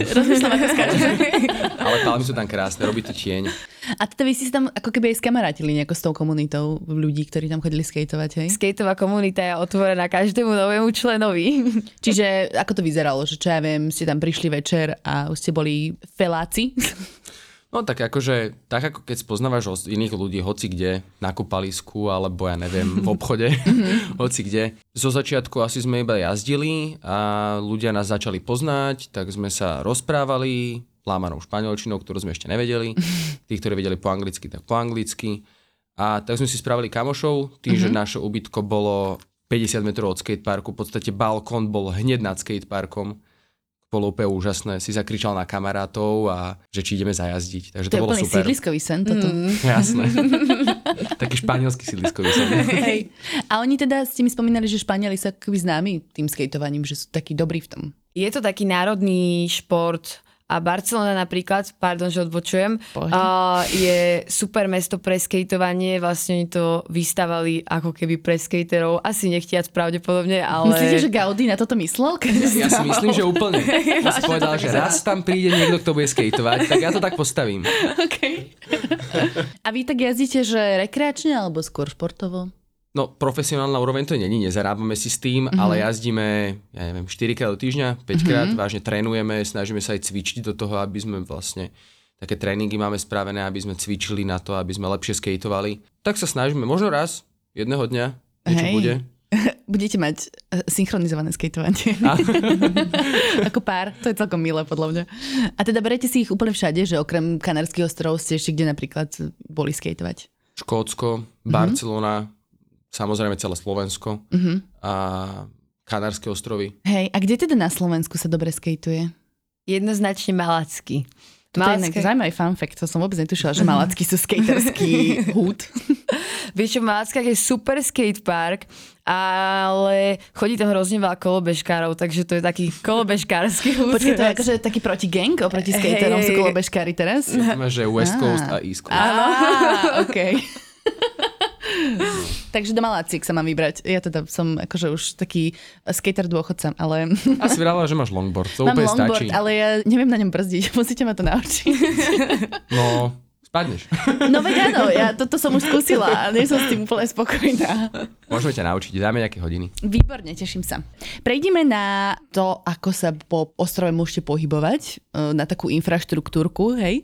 [SPEAKER 4] Ale palmy sú tam krásne, robí to tieň.
[SPEAKER 3] A teda vy ste si tam ako keby aj skamarátili nejako s tou komunitou ľudí, ktorí tam chodili skateovať, hej?
[SPEAKER 5] Skateová komunita je otvorená každému novému členovi.
[SPEAKER 3] Čiže ako to vyzeralo, že čo ja viem, ste tam prišli večer a už ste boli feláci?
[SPEAKER 4] No tak akože, tak ako keď spoznávaš os- iných ľudí, hoci kde, na kúpalisku, alebo ja neviem, v obchode, hoci kde. Zo začiatku asi sme iba jazdili a ľudia nás začali poznať, tak sme sa rozprávali lámanou španielčinou, ktorú sme ešte nevedeli. Tí, ktorí vedeli po anglicky, tak po anglicky. A tak sme si spravili kamošov, tým, že naše ubytko bolo 50 metrov od skateparku, v podstate balkón bol hneď nad skateparkom. Bolo úplne úžasné, si zakričal na kamarátov a že či ideme zajazdiť. Takže
[SPEAKER 3] To
[SPEAKER 4] to,
[SPEAKER 3] je
[SPEAKER 4] bolo
[SPEAKER 3] úplný
[SPEAKER 4] super.
[SPEAKER 3] sídliskový sen toto.
[SPEAKER 4] Mm, Jasné. Taký španielský sídliskový som.
[SPEAKER 3] Hej. A oni teda ste mi spomínali, že Španieli sú ako keby známi tým skateovaním, že sú takí dobrí v tom.
[SPEAKER 5] Je to taký národný šport a Barcelona napríklad, pardon, že odbočujem,
[SPEAKER 3] Pohode.
[SPEAKER 5] a je super mesto pre skateovanie, vlastne oni to vystavali ako keby pre skaterov, asi nechtiac pravdepodobne, ale...
[SPEAKER 3] Myslíte, že Gaudí na toto myslel?
[SPEAKER 4] Ja si myslím, že úplne. Ja si povedal, že raz tam príde niekto, kto bude skateovať, tak ja to tak postavím.
[SPEAKER 3] Okay. A vy tak jazdíte, že rekreačne alebo skôr športovo?
[SPEAKER 4] No, profesionálna úroveň to není, nezarábame si s
[SPEAKER 3] Mhm.
[SPEAKER 4] tým, mm-hmm. ale jazdíme, ja neviem, 4 krát do týždňa, 5 krát, mm-hmm. vážne trénujeme, snažíme sa aj cvičiť do toho, aby sme vlastne, také tréningy máme spravené, aby sme cvičili na to, aby sme lepšie skateovali. tak sa snažíme. Možno raz, jedného dňa, niečo
[SPEAKER 3] Hej.
[SPEAKER 4] bude.
[SPEAKER 3] Budete mať eh, synchronizované skateovanie. Ako pár, to je celkom milé podľa mňa. A teda berete si ich úplne všade, že okrem Kanárskych ostrovov ste ešte kde napríklad boli skateovať.
[SPEAKER 4] Škótsko,
[SPEAKER 3] Mhm.
[SPEAKER 4] Barcelona, samozrejme celé Slovensko
[SPEAKER 3] Mhm.
[SPEAKER 4] a Kanárske ostrovy.
[SPEAKER 3] Hej, a kde teda na Slovensku sa dobre skateuje?
[SPEAKER 5] Jednoznačne malacky.
[SPEAKER 3] To je inak
[SPEAKER 5] Malacké-
[SPEAKER 3] zaujímavý fun fact, to som vôbec netušila, že malacky sú skaterský hud.
[SPEAKER 5] Vieš čo, v Malackách je super skatepark, ale chodí tam hrozne veľa kolobežkárov, takže to je taký kolobežkársky hud.
[SPEAKER 3] Počkej, to je akože taký proti gang oproti
[SPEAKER 5] Hej,
[SPEAKER 3] skaterom sú
[SPEAKER 5] hej.
[SPEAKER 3] kolobežkári teraz?
[SPEAKER 4] Máme, že West
[SPEAKER 3] Á.
[SPEAKER 4] Coast a East Coast.
[SPEAKER 3] Áno, OK. Takže do Maláciek sa mám vybrať. Ja teda som akože už taký skater dôchodca, ale
[SPEAKER 4] A si vrala, že máš longboard, to
[SPEAKER 3] mám
[SPEAKER 4] úplne
[SPEAKER 3] longboard,
[SPEAKER 4] stačí.
[SPEAKER 3] ale ja neviem na ňom brzdiť. Musíte ma to naučiť.
[SPEAKER 4] No, spadneš.
[SPEAKER 3] No veď áno, ja toto som už skúsila a nie som s tým úplne spokojná.
[SPEAKER 4] Môžeme ťa naučiť, dáme nejaké hodiny.
[SPEAKER 3] Výborne, teším sa. Prejdime na to, ako sa po ostrove môžete pohybovať, e, na takú infraštruktúrku, hej? E,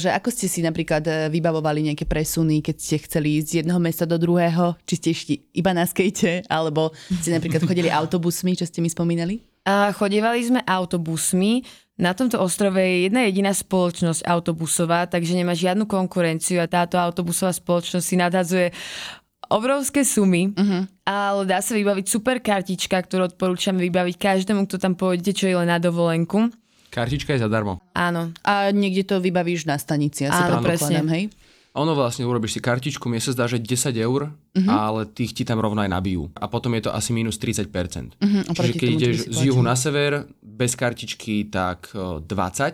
[SPEAKER 3] Že ako ste si napríklad e, vybavovali nejaké presuny, keď ste chceli ísť z jedného mesta do druhého, či ste išli iba na skejte, alebo ste napríklad chodili autobusmi, čo ste mi spomínali?
[SPEAKER 5] A chodievali sme autobusmi. Na tomto ostrove je jedna jediná spoločnosť autobusová, takže nemá žiadnu konkurenciu a táto autobusová spoločnosť si nadhadzuje obrovské sumy, uh-huh. ale dá sa vybaviť super kartička, ktorú odporúčam vybaviť každému, kto tam pôjde, čo je len na dovolenku.
[SPEAKER 4] Kartička je zadarmo.
[SPEAKER 5] Áno.
[SPEAKER 3] A niekde to vybavíš na stanici, asi
[SPEAKER 5] Áno,
[SPEAKER 3] predpokladám,
[SPEAKER 5] presne.
[SPEAKER 3] hej?
[SPEAKER 4] Ono vlastne urobíš si kartičku, mne sa zdá, že 10 eur,
[SPEAKER 3] Mhm.
[SPEAKER 4] ale tých ti tam rovno aj nabijú. A potom je to asi minus 30%. Uh-huh, Čiže
[SPEAKER 3] Mhm, oproti
[SPEAKER 4] keď
[SPEAKER 3] tomu, čo
[SPEAKER 4] ideš
[SPEAKER 3] by si
[SPEAKER 4] z
[SPEAKER 3] platil.
[SPEAKER 4] juhu na sever, bez kartičky tak eh,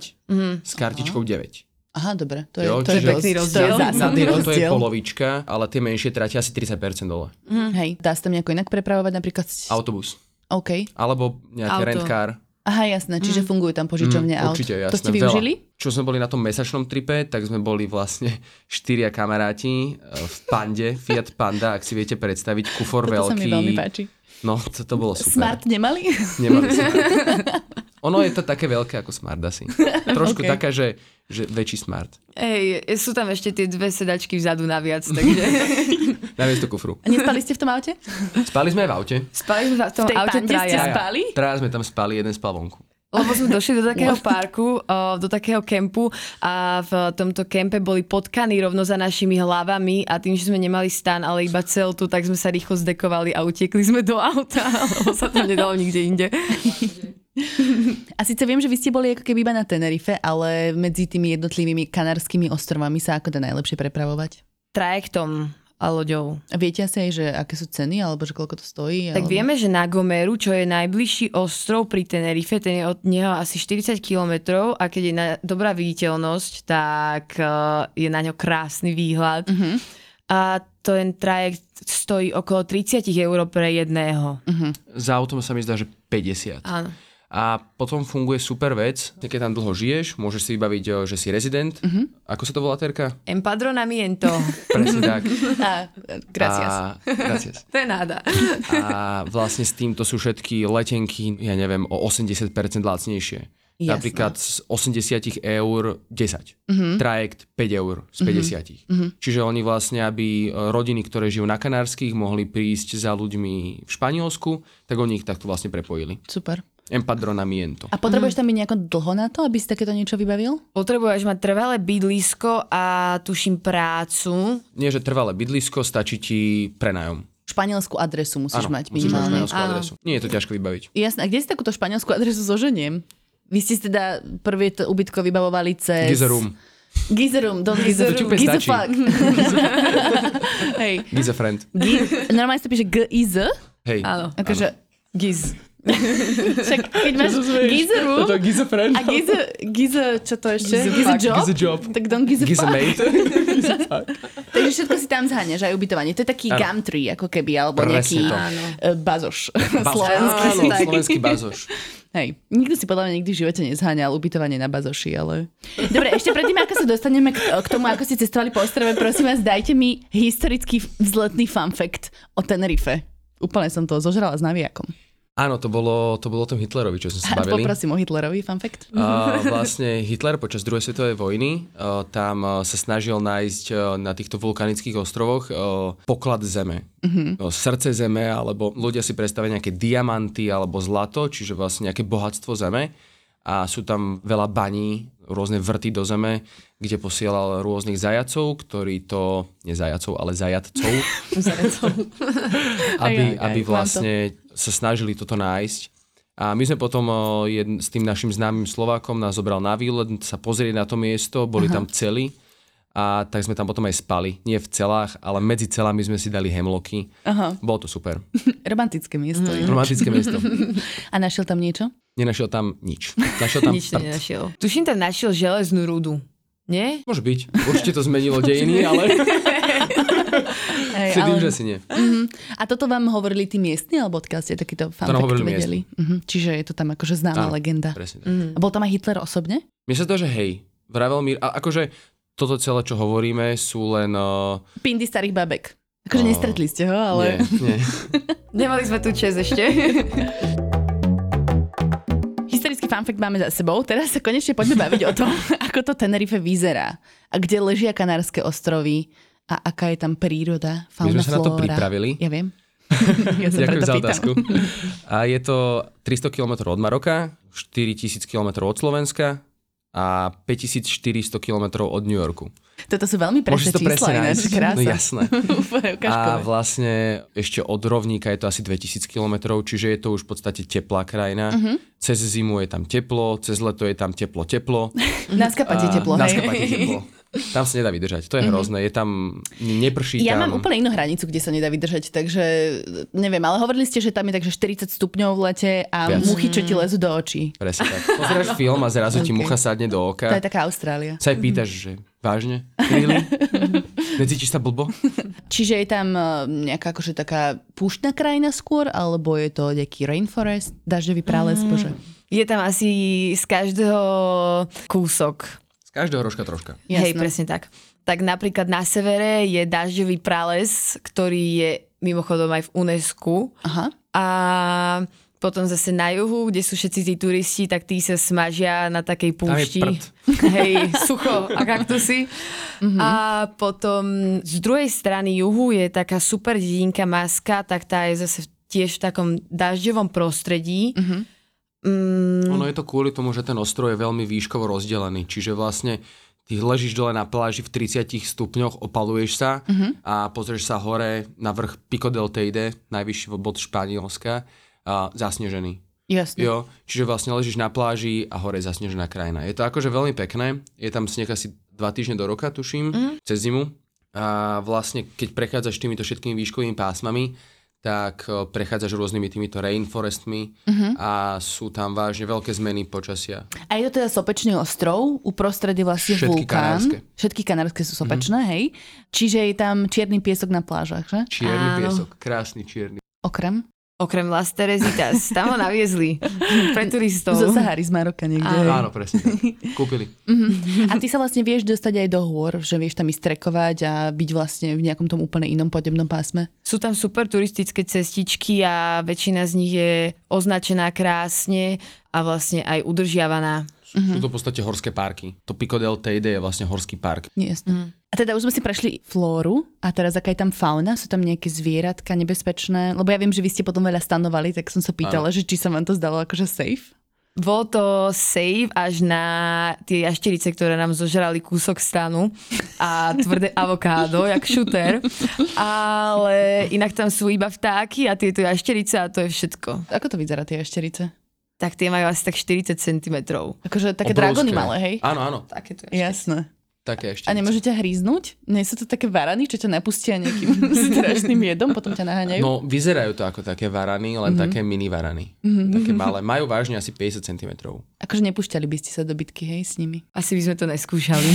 [SPEAKER 4] 20, s kartičkou 9.
[SPEAKER 3] Mhm. Aha, dobre, to je,
[SPEAKER 4] Jo,
[SPEAKER 3] to je
[SPEAKER 4] čiže-
[SPEAKER 3] dosť-
[SPEAKER 5] rozdiel.
[SPEAKER 3] To je zásadný
[SPEAKER 4] Na to je
[SPEAKER 3] rozdiel. Mhm.
[SPEAKER 4] polovička, ale tie menšie tratia asi 30% dole.
[SPEAKER 3] Hej, dá sa tam nejako inak prepravovať napríklad? s-
[SPEAKER 4] Autobus.
[SPEAKER 3] OK.
[SPEAKER 4] Alebo nejaký
[SPEAKER 5] Auto.
[SPEAKER 4] rentkár.
[SPEAKER 3] Aha, jasné,
[SPEAKER 5] Mhm.
[SPEAKER 3] čiže fungujú tam požičovne aut.
[SPEAKER 4] Mhm, Určite, jasné.
[SPEAKER 3] to ste využili?
[SPEAKER 4] Veľa. Čo sme boli na tom mesačnom tripe, tak sme boli vlastne štyria kamaráti e, v Pande, Fiat Panda, ak si viete predstaviť, kufor
[SPEAKER 3] Toto sa mi
[SPEAKER 4] veľký.
[SPEAKER 3] veľmi páči.
[SPEAKER 4] No, to, to bolo super.
[SPEAKER 3] Smart nemali?
[SPEAKER 4] Nemali sme. Ono je to také veľké ako smart asi. Trošku
[SPEAKER 3] Ok.
[SPEAKER 4] taká, že, že väčší smart.
[SPEAKER 5] Ej, sú tam ešte tie dve sedačky vzadu naviac, takže
[SPEAKER 4] Namiesto kufru.
[SPEAKER 3] A nespali ste v tom aute?
[SPEAKER 4] Spali sme aj v aute.
[SPEAKER 5] spali sme v tom
[SPEAKER 3] V tej
[SPEAKER 5] aute
[SPEAKER 3] pande ste
[SPEAKER 5] traja.
[SPEAKER 4] Traja.
[SPEAKER 3] Spali?
[SPEAKER 4] Traja sme tam spali, jeden spal vonku.
[SPEAKER 5] Lebo sme došli do takého parku, o, do takého kempu a v tomto kempe boli potkaní rovno za našimi hlavami a tým, že sme nemali stan, ale iba celtu, tak sme sa rýchlo zdekovali a utekli sme do auta, lebo sa to nedalo nikde inde.
[SPEAKER 3] A síce viem, že vy ste boli ako keby iba na Tenerife, ale medzi tými jednotlivými kanárskými ostrovami sa ako dá najlepšie prepravovať?
[SPEAKER 5] Trajektom a loďou.
[SPEAKER 3] A viete asi aj, že aké sú ceny, alebo že koľko to stojí? alebo...
[SPEAKER 5] Tak vieme, že na Gomeru, čo je najbližší ostrov pri Tenerife, ten je od neho asi 40 kilometrov a keď je na, dobrá viditeľnosť, tak eh, je na ňo krásny výhľad. A ten trajekt stojí okolo 30 eur pre jedného.
[SPEAKER 4] Za autom sa mi zdá, že 50.
[SPEAKER 5] Áno.
[SPEAKER 4] A potom funguje super vec, keď tam dlho žiješ, môžeš si vybaviť, e, že si rezident. Ako sa to volá, Terka?
[SPEAKER 5] Empadronamiento.
[SPEAKER 4] Presne tak.
[SPEAKER 3] A, gracias. A...
[SPEAKER 4] A, gracias.
[SPEAKER 5] to je náda.
[SPEAKER 4] A vlastne s týmto sú všetky letenky, ja neviem, o 80% lacnejšie.
[SPEAKER 3] Jasné.
[SPEAKER 4] Napríklad z 80 eur 10. Trajekt 5 eur z 50. Čiže oni vlastne, aby e, rodiny, ktoré žijú na Kanárskych, mohli prísť za ľuďmi v Španielsku, tak oni ich takto vlastne prepojili.
[SPEAKER 3] Super.
[SPEAKER 4] Empadronamiento.
[SPEAKER 3] A potrebuješ tam byť nejako dlho na to, aby si takéto niečo vybavil?
[SPEAKER 5] Potrebuješ mať trvalé bydlisko a tuším prácu.
[SPEAKER 4] Nie, že trvalé bydlisko, stačí ti prenajom.
[SPEAKER 3] Španielskú adresu musíš mať
[SPEAKER 4] musíš mať
[SPEAKER 3] minimálne.
[SPEAKER 4] španielskú adresu. Nie je to ťažké vybaviť.
[SPEAKER 3] Jasné, a kde si takúto španielskú adresu zoženiem? Vy ste si teda prvé to ubytko vybavovali cez...
[SPEAKER 4] Gizerum.
[SPEAKER 3] Gizerum, do
[SPEAKER 4] To ti
[SPEAKER 3] Gizerum.
[SPEAKER 4] úplne stačí.
[SPEAKER 3] Gizefuck. Hej.
[SPEAKER 4] Giza friend.
[SPEAKER 3] Giz, normálne sa píše G-I-Z.
[SPEAKER 4] Hej.
[SPEAKER 5] Áno.
[SPEAKER 3] Akože,
[SPEAKER 5] Giz.
[SPEAKER 3] však keď máš Gizerum
[SPEAKER 4] Giza friend.
[SPEAKER 3] a Gize, Gize, čo to ešte? Gize job?
[SPEAKER 4] Giza job.
[SPEAKER 3] Tak don't Gize,
[SPEAKER 4] Giza
[SPEAKER 3] fuck.
[SPEAKER 4] mate.
[SPEAKER 3] Takže všetko si tam zháňaš, aj ubytovanie. To je taký
[SPEAKER 4] Áno.
[SPEAKER 3] Gumtree, ako keby, alebo
[SPEAKER 4] Presne
[SPEAKER 3] nejaký
[SPEAKER 4] to.
[SPEAKER 3] eh, bazoš. Slovenský.
[SPEAKER 4] Áno,
[SPEAKER 3] tak.
[SPEAKER 4] slovenský bazoš.
[SPEAKER 3] Hej, nikto si podľa mňa nikdy v živote nezháňal ubytovanie na bazoši, ale... Dobre, ešte predtým, ako sa dostaneme k, k tomu, ako ste cestovali po ostrove, prosím vás, dajte mi historický vzletný fun fact o Tenerife. Úplne som to zožrala s navijakom.
[SPEAKER 4] Áno, to bolo, to bolo o tom Hitlerovi, čo sme sa bavili.
[SPEAKER 3] Poprosím o Hitlerovi, fun fact.
[SPEAKER 4] A vlastne Hitler počas druhej svetovej vojny a tam a, sa snažil nájsť a, na týchto vulkanických ostrovoch a, poklad zeme. No, Srdce zeme, alebo ľudia si predstavia nejaké diamanty alebo zlato, čiže vlastne nejaké bohatstvo zeme. A sú tam veľa baní, rôzne vrty do zeme, kde posielal rôznych zajacov, ktorí to, nie zajacov, ale zajatcov, aby, aby vlastne sa snažili toto nájsť. A my sme potom o, jedn, s tým našim známym Slovákom nás zobral na výlet, sa pozrieť na to miesto, boli Aha. tam cely a tak sme tam potom aj spali. Nie v celách, ale medzi celami sme si dali hemloky. Aha. Bolo to super.
[SPEAKER 3] Romantické miesto. Mm.
[SPEAKER 4] Romantické miesto.
[SPEAKER 3] A našiel tam niečo?
[SPEAKER 4] Nenašiel tam nič. Našiel tam
[SPEAKER 5] Nič tam
[SPEAKER 4] prd.
[SPEAKER 5] nenašiel. Tuším, tam našiel železnú rudu. Nie?
[SPEAKER 4] Môže byť. Určite to zmenilo dejiny, ale
[SPEAKER 3] Hej,
[SPEAKER 4] vtedy že si nie.
[SPEAKER 3] A toto vám hovorili tí miestni, alebo odkiaľ ste takýto fun
[SPEAKER 4] To nám
[SPEAKER 3] fact
[SPEAKER 4] hovorili
[SPEAKER 3] vedeli? Mhm. Čiže je to tam akože známa
[SPEAKER 4] Áno,
[SPEAKER 3] legenda.
[SPEAKER 4] Presne tak.
[SPEAKER 3] A bol tam aj Hitler osobne?
[SPEAKER 4] Mne sa zdá, že hej, vravel mi, a akože toto celé, čo hovoríme, sú len... Uh,
[SPEAKER 3] Pindy starých babek. Akože
[SPEAKER 4] Ó.
[SPEAKER 3] nestretli ste ho, ale...
[SPEAKER 4] nie, nie.
[SPEAKER 5] Nemali sme tu čas ešte.
[SPEAKER 3] Historický fanfakt máme za sebou, teraz sa konečne poďme baviť o tom, ako to Tenerife vyzerá a kde ležia Kanárske ostrovy a aká je tam príroda,
[SPEAKER 4] My
[SPEAKER 3] fauna,
[SPEAKER 4] sme sa na to
[SPEAKER 3] flóra.
[SPEAKER 4] pripravili.
[SPEAKER 3] Ja viem. ja sa
[SPEAKER 4] Ďakujem
[SPEAKER 3] preto
[SPEAKER 4] za
[SPEAKER 3] pýtam.
[SPEAKER 4] otázku. A je to 300 km od Maroka, 4000 km od Slovenska a 5400 km od New Yorku.
[SPEAKER 3] Toto sú veľmi presné
[SPEAKER 4] Môžeš to
[SPEAKER 3] čísla,
[SPEAKER 4] presne
[SPEAKER 3] ináč
[SPEAKER 4] nájsť.
[SPEAKER 3] krása.
[SPEAKER 4] No jasné.
[SPEAKER 3] Úplne
[SPEAKER 4] A
[SPEAKER 3] ukážkové.
[SPEAKER 4] vlastne ešte od rovníka je to asi 2000 km, čiže je to už v podstate teplá krajina. Uh-huh.
[SPEAKER 3] Mhm.
[SPEAKER 4] Cez zimu je tam teplo, cez leto je tam teplo, teplo.
[SPEAKER 3] Nás kapate teplo,
[SPEAKER 4] Nás
[SPEAKER 3] hej. Mhm.
[SPEAKER 4] kapáte teplo. Tam sa nedá vydržať, to je hrozné. Je tam, neprší
[SPEAKER 3] Ja
[SPEAKER 4] tam.
[SPEAKER 3] mám úplne inú hranicu, kde sa nedá vydržať, takže e, neviem, ale hovorili ste, že tam je takže 40 stupňov v lete a
[SPEAKER 4] Viac.
[SPEAKER 3] muchy, čo ti lezú do očí.
[SPEAKER 4] Presne tak. Pozeráš film a zrazu ti
[SPEAKER 3] Okay.
[SPEAKER 4] mucha sadne do
[SPEAKER 3] To
[SPEAKER 4] oka.
[SPEAKER 3] je taká Austrália.
[SPEAKER 4] sa aj pýtaš, že vážne? Really? Necítiš sa blbo?
[SPEAKER 3] Čiže je tam eh, nejaká akože taká púštna krajina skôr, alebo je to nejaký rainforest, dažďový prales, mm. bože.
[SPEAKER 5] Je tam asi z každého kúsok.
[SPEAKER 4] Z každého rožka troška.
[SPEAKER 3] Jasné.
[SPEAKER 5] Hej, presne tak. Tak napríklad na severe je dažďový prales, ktorý je mimochodom aj v UNESCO.
[SPEAKER 3] Aha.
[SPEAKER 5] A potom zase na juhu, kde sú všetci tí turisti, tak tí sa smažia na
[SPEAKER 4] Tam
[SPEAKER 5] takej
[SPEAKER 4] je
[SPEAKER 5] púšti.
[SPEAKER 4] prd.
[SPEAKER 5] Hej, sucho a kaktusy. Mm-hmm. A potom z druhej strany juhu je taká super dedinka Maska, tak tá je zase v- tiež v takom dažďovom prostredí. Mm-hmm. Mm,
[SPEAKER 4] Ono je to kvôli tomu, že ten ostrov je veľmi výškovo rozdelený, čiže vlastne ty ležíš dole na pláži v 30 stupňoch, opaluješ sa a pozrieš sa hore na vrch Pico del Teide, najvyšší bod Španielska, a zasnežený.
[SPEAKER 3] Jasné.
[SPEAKER 4] Jo, čiže vlastne ležíš na pláži a hore je zasnežená krajina. Je to akože veľmi pekné, je tam sneh asi dva týždne do roka, tuším,
[SPEAKER 3] Mhm.
[SPEAKER 4] mm. cez zimu. A vlastne, keď prechádzaš týmito všetkými výškovými pásmami, tak e, prechádzaš rôznymi týmito rainforestmi
[SPEAKER 3] Mhm.
[SPEAKER 4] mm-hmm. a sú tam vážne veľké zmeny počasia.
[SPEAKER 3] A je to teda sopečný ostrov, uprostred je vlastne
[SPEAKER 4] Všetky
[SPEAKER 3] vulkán.
[SPEAKER 4] Kanárske. Mhm.
[SPEAKER 3] Všetky kanárske sú sopečné, mm. hej. Čiže je tam čierny piesok na plážach, že?
[SPEAKER 4] Čierny
[SPEAKER 5] Áno.
[SPEAKER 4] piesok, krásny čierny.
[SPEAKER 3] Okrem.
[SPEAKER 5] okrem Las Teresitas, tam ho naviezli pre turistov.
[SPEAKER 3] Zo Sahary, z Maroka niekde.
[SPEAKER 5] Áno.
[SPEAKER 3] hej.
[SPEAKER 4] Áno, presne tak. Kúpili.
[SPEAKER 3] A ty sa vlastne vieš dostať aj do hôr, že vieš tam ísť trekovať a byť vlastne v nejakom tom úplne inom podemnom pásme.
[SPEAKER 5] Sú tam super turistické cestičky a väčšina z nich je označená krásne a vlastne aj udržiavaná.
[SPEAKER 4] Sú,
[SPEAKER 3] Mhm.
[SPEAKER 4] sú to v podstate horské parky. To Pico del Teide je vlastne horský park.
[SPEAKER 3] Nie, jasné. Mm. A teda už sme si prešli flóru a teraz aká je tam fauna? Sú tam nejaké zvieratka nebezpečné? Lebo ja viem, že vy ste potom veľa stanovali, tak som sa pýtala, že či sa vám to zdalo akože safe.
[SPEAKER 5] Bol to save až na tie jašterice, ktoré nám zožrali kúsok stanu a tvrdé avokádo, jak šuter. Ale inak tam sú iba vtáky a tieto jašterice a to je všetko.
[SPEAKER 3] Ako to vyzerá tie jašterice?
[SPEAKER 5] Tak tie majú asi tak 40 cm.
[SPEAKER 3] Akože také
[SPEAKER 4] Obrovské.
[SPEAKER 3] dragony malé, hej?
[SPEAKER 4] Áno, áno.
[SPEAKER 5] Také to je.
[SPEAKER 3] Jasné.
[SPEAKER 4] Také ešte.
[SPEAKER 3] A nemôžete hríznúť? Nie sú to také varany, čo ťa napustia nejakým strašným jedom, potom ťa naháňajú?
[SPEAKER 4] No, vyzerajú to ako také varany,
[SPEAKER 3] Mhm.
[SPEAKER 4] len mm-hmm. také mini varany. Mm-hmm. Také malé. Majú vážne asi 50 cm.
[SPEAKER 3] Akože nepúšťali by ste sa do bitky, hej, s nimi.
[SPEAKER 5] Asi by sme to neskúšali.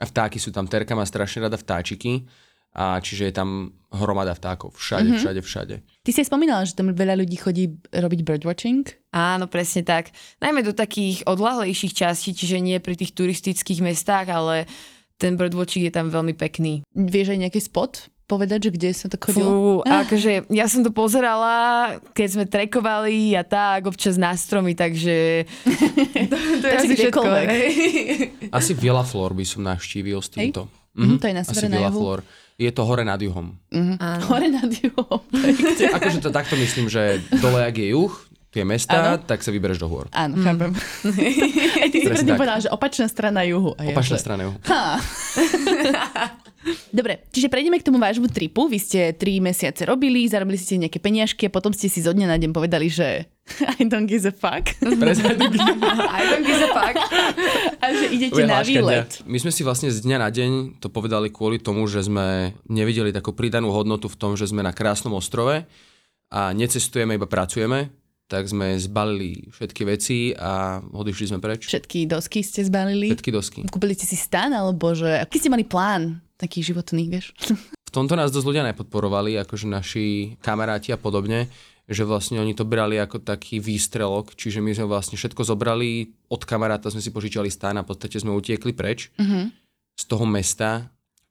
[SPEAKER 4] A vtáky sú tam. Terka má strašne rada vtáčiky. A čiže je tam hromada vtákov. Všade,
[SPEAKER 3] Mhm.
[SPEAKER 4] mm-hmm. všade, všade.
[SPEAKER 3] Ty si aj spomínala, že tam veľa ľudí chodí robiť birdwatching.
[SPEAKER 5] Áno, presne tak. Najmä do takých odlahlejších častí, čiže nie pri tých turistických mestách, ale ten birdwatching je tam veľmi pekný.
[SPEAKER 3] Vieš aj nejaký spot, povedať, že kde sa to chodilo?
[SPEAKER 5] Fú, akože ja som to pozerala, keď sme trekovali a tak, občas na stromy, takže to, to je
[SPEAKER 3] Takže
[SPEAKER 5] asi všetko.
[SPEAKER 3] kdekoľvek.
[SPEAKER 5] hej.
[SPEAKER 4] Asi Viela Flor by som navštívil s
[SPEAKER 3] Hej.
[SPEAKER 4] týmto.
[SPEAKER 3] Mhm, to je na severe
[SPEAKER 4] Asi
[SPEAKER 3] na
[SPEAKER 4] Viela
[SPEAKER 3] juhu.
[SPEAKER 4] Flor. Je to hore nad juhom.
[SPEAKER 3] Hore nad juhom.
[SPEAKER 4] Akože to takto myslím, že dole, ak je juh, tie mesta, tak sa vybereš do hôr.
[SPEAKER 3] Áno, chápem. Mm. Aj ty si
[SPEAKER 4] Presne
[SPEAKER 3] predtým
[SPEAKER 4] tak.
[SPEAKER 3] povedala, že opačná strana juhu. A ja, že-
[SPEAKER 4] Opačná strana juhu.
[SPEAKER 3] Dobre, čiže prejdeme k tomu vášmu tripu. Vy ste tri mesiace robili, zarobili ste nejaké peniažky a potom ste si zo dňa na deň povedali, že I don't give a fuck.
[SPEAKER 4] Presne.
[SPEAKER 5] Aj tam, kde sa pak.
[SPEAKER 3] A že idete na
[SPEAKER 4] Vyhláška
[SPEAKER 3] výlet.
[SPEAKER 4] dňa. My sme si vlastne z dňa na deň to povedali kvôli tomu, že sme nevideli takú pridanú hodnotu v tom, že sme na krásnom ostrove a necestujeme, iba pracujeme. Tak sme zbalili všetky veci a odišli sme preč.
[SPEAKER 3] Všetky dosky ste zbalili.
[SPEAKER 4] Všetky dosky.
[SPEAKER 3] Kúpili ste si stan, alebo že... Aký ste mali plán? Taký životný, vieš?
[SPEAKER 4] V tomto nás dosť ľudia nepodporovali, akože naši kamaráti a podobne, že vlastne oni to brali ako taký výstrelok, čiže my sme vlastne všetko zobrali, od kamaráta sme si požičali stán a v podstate sme utiekli preč z toho mesta,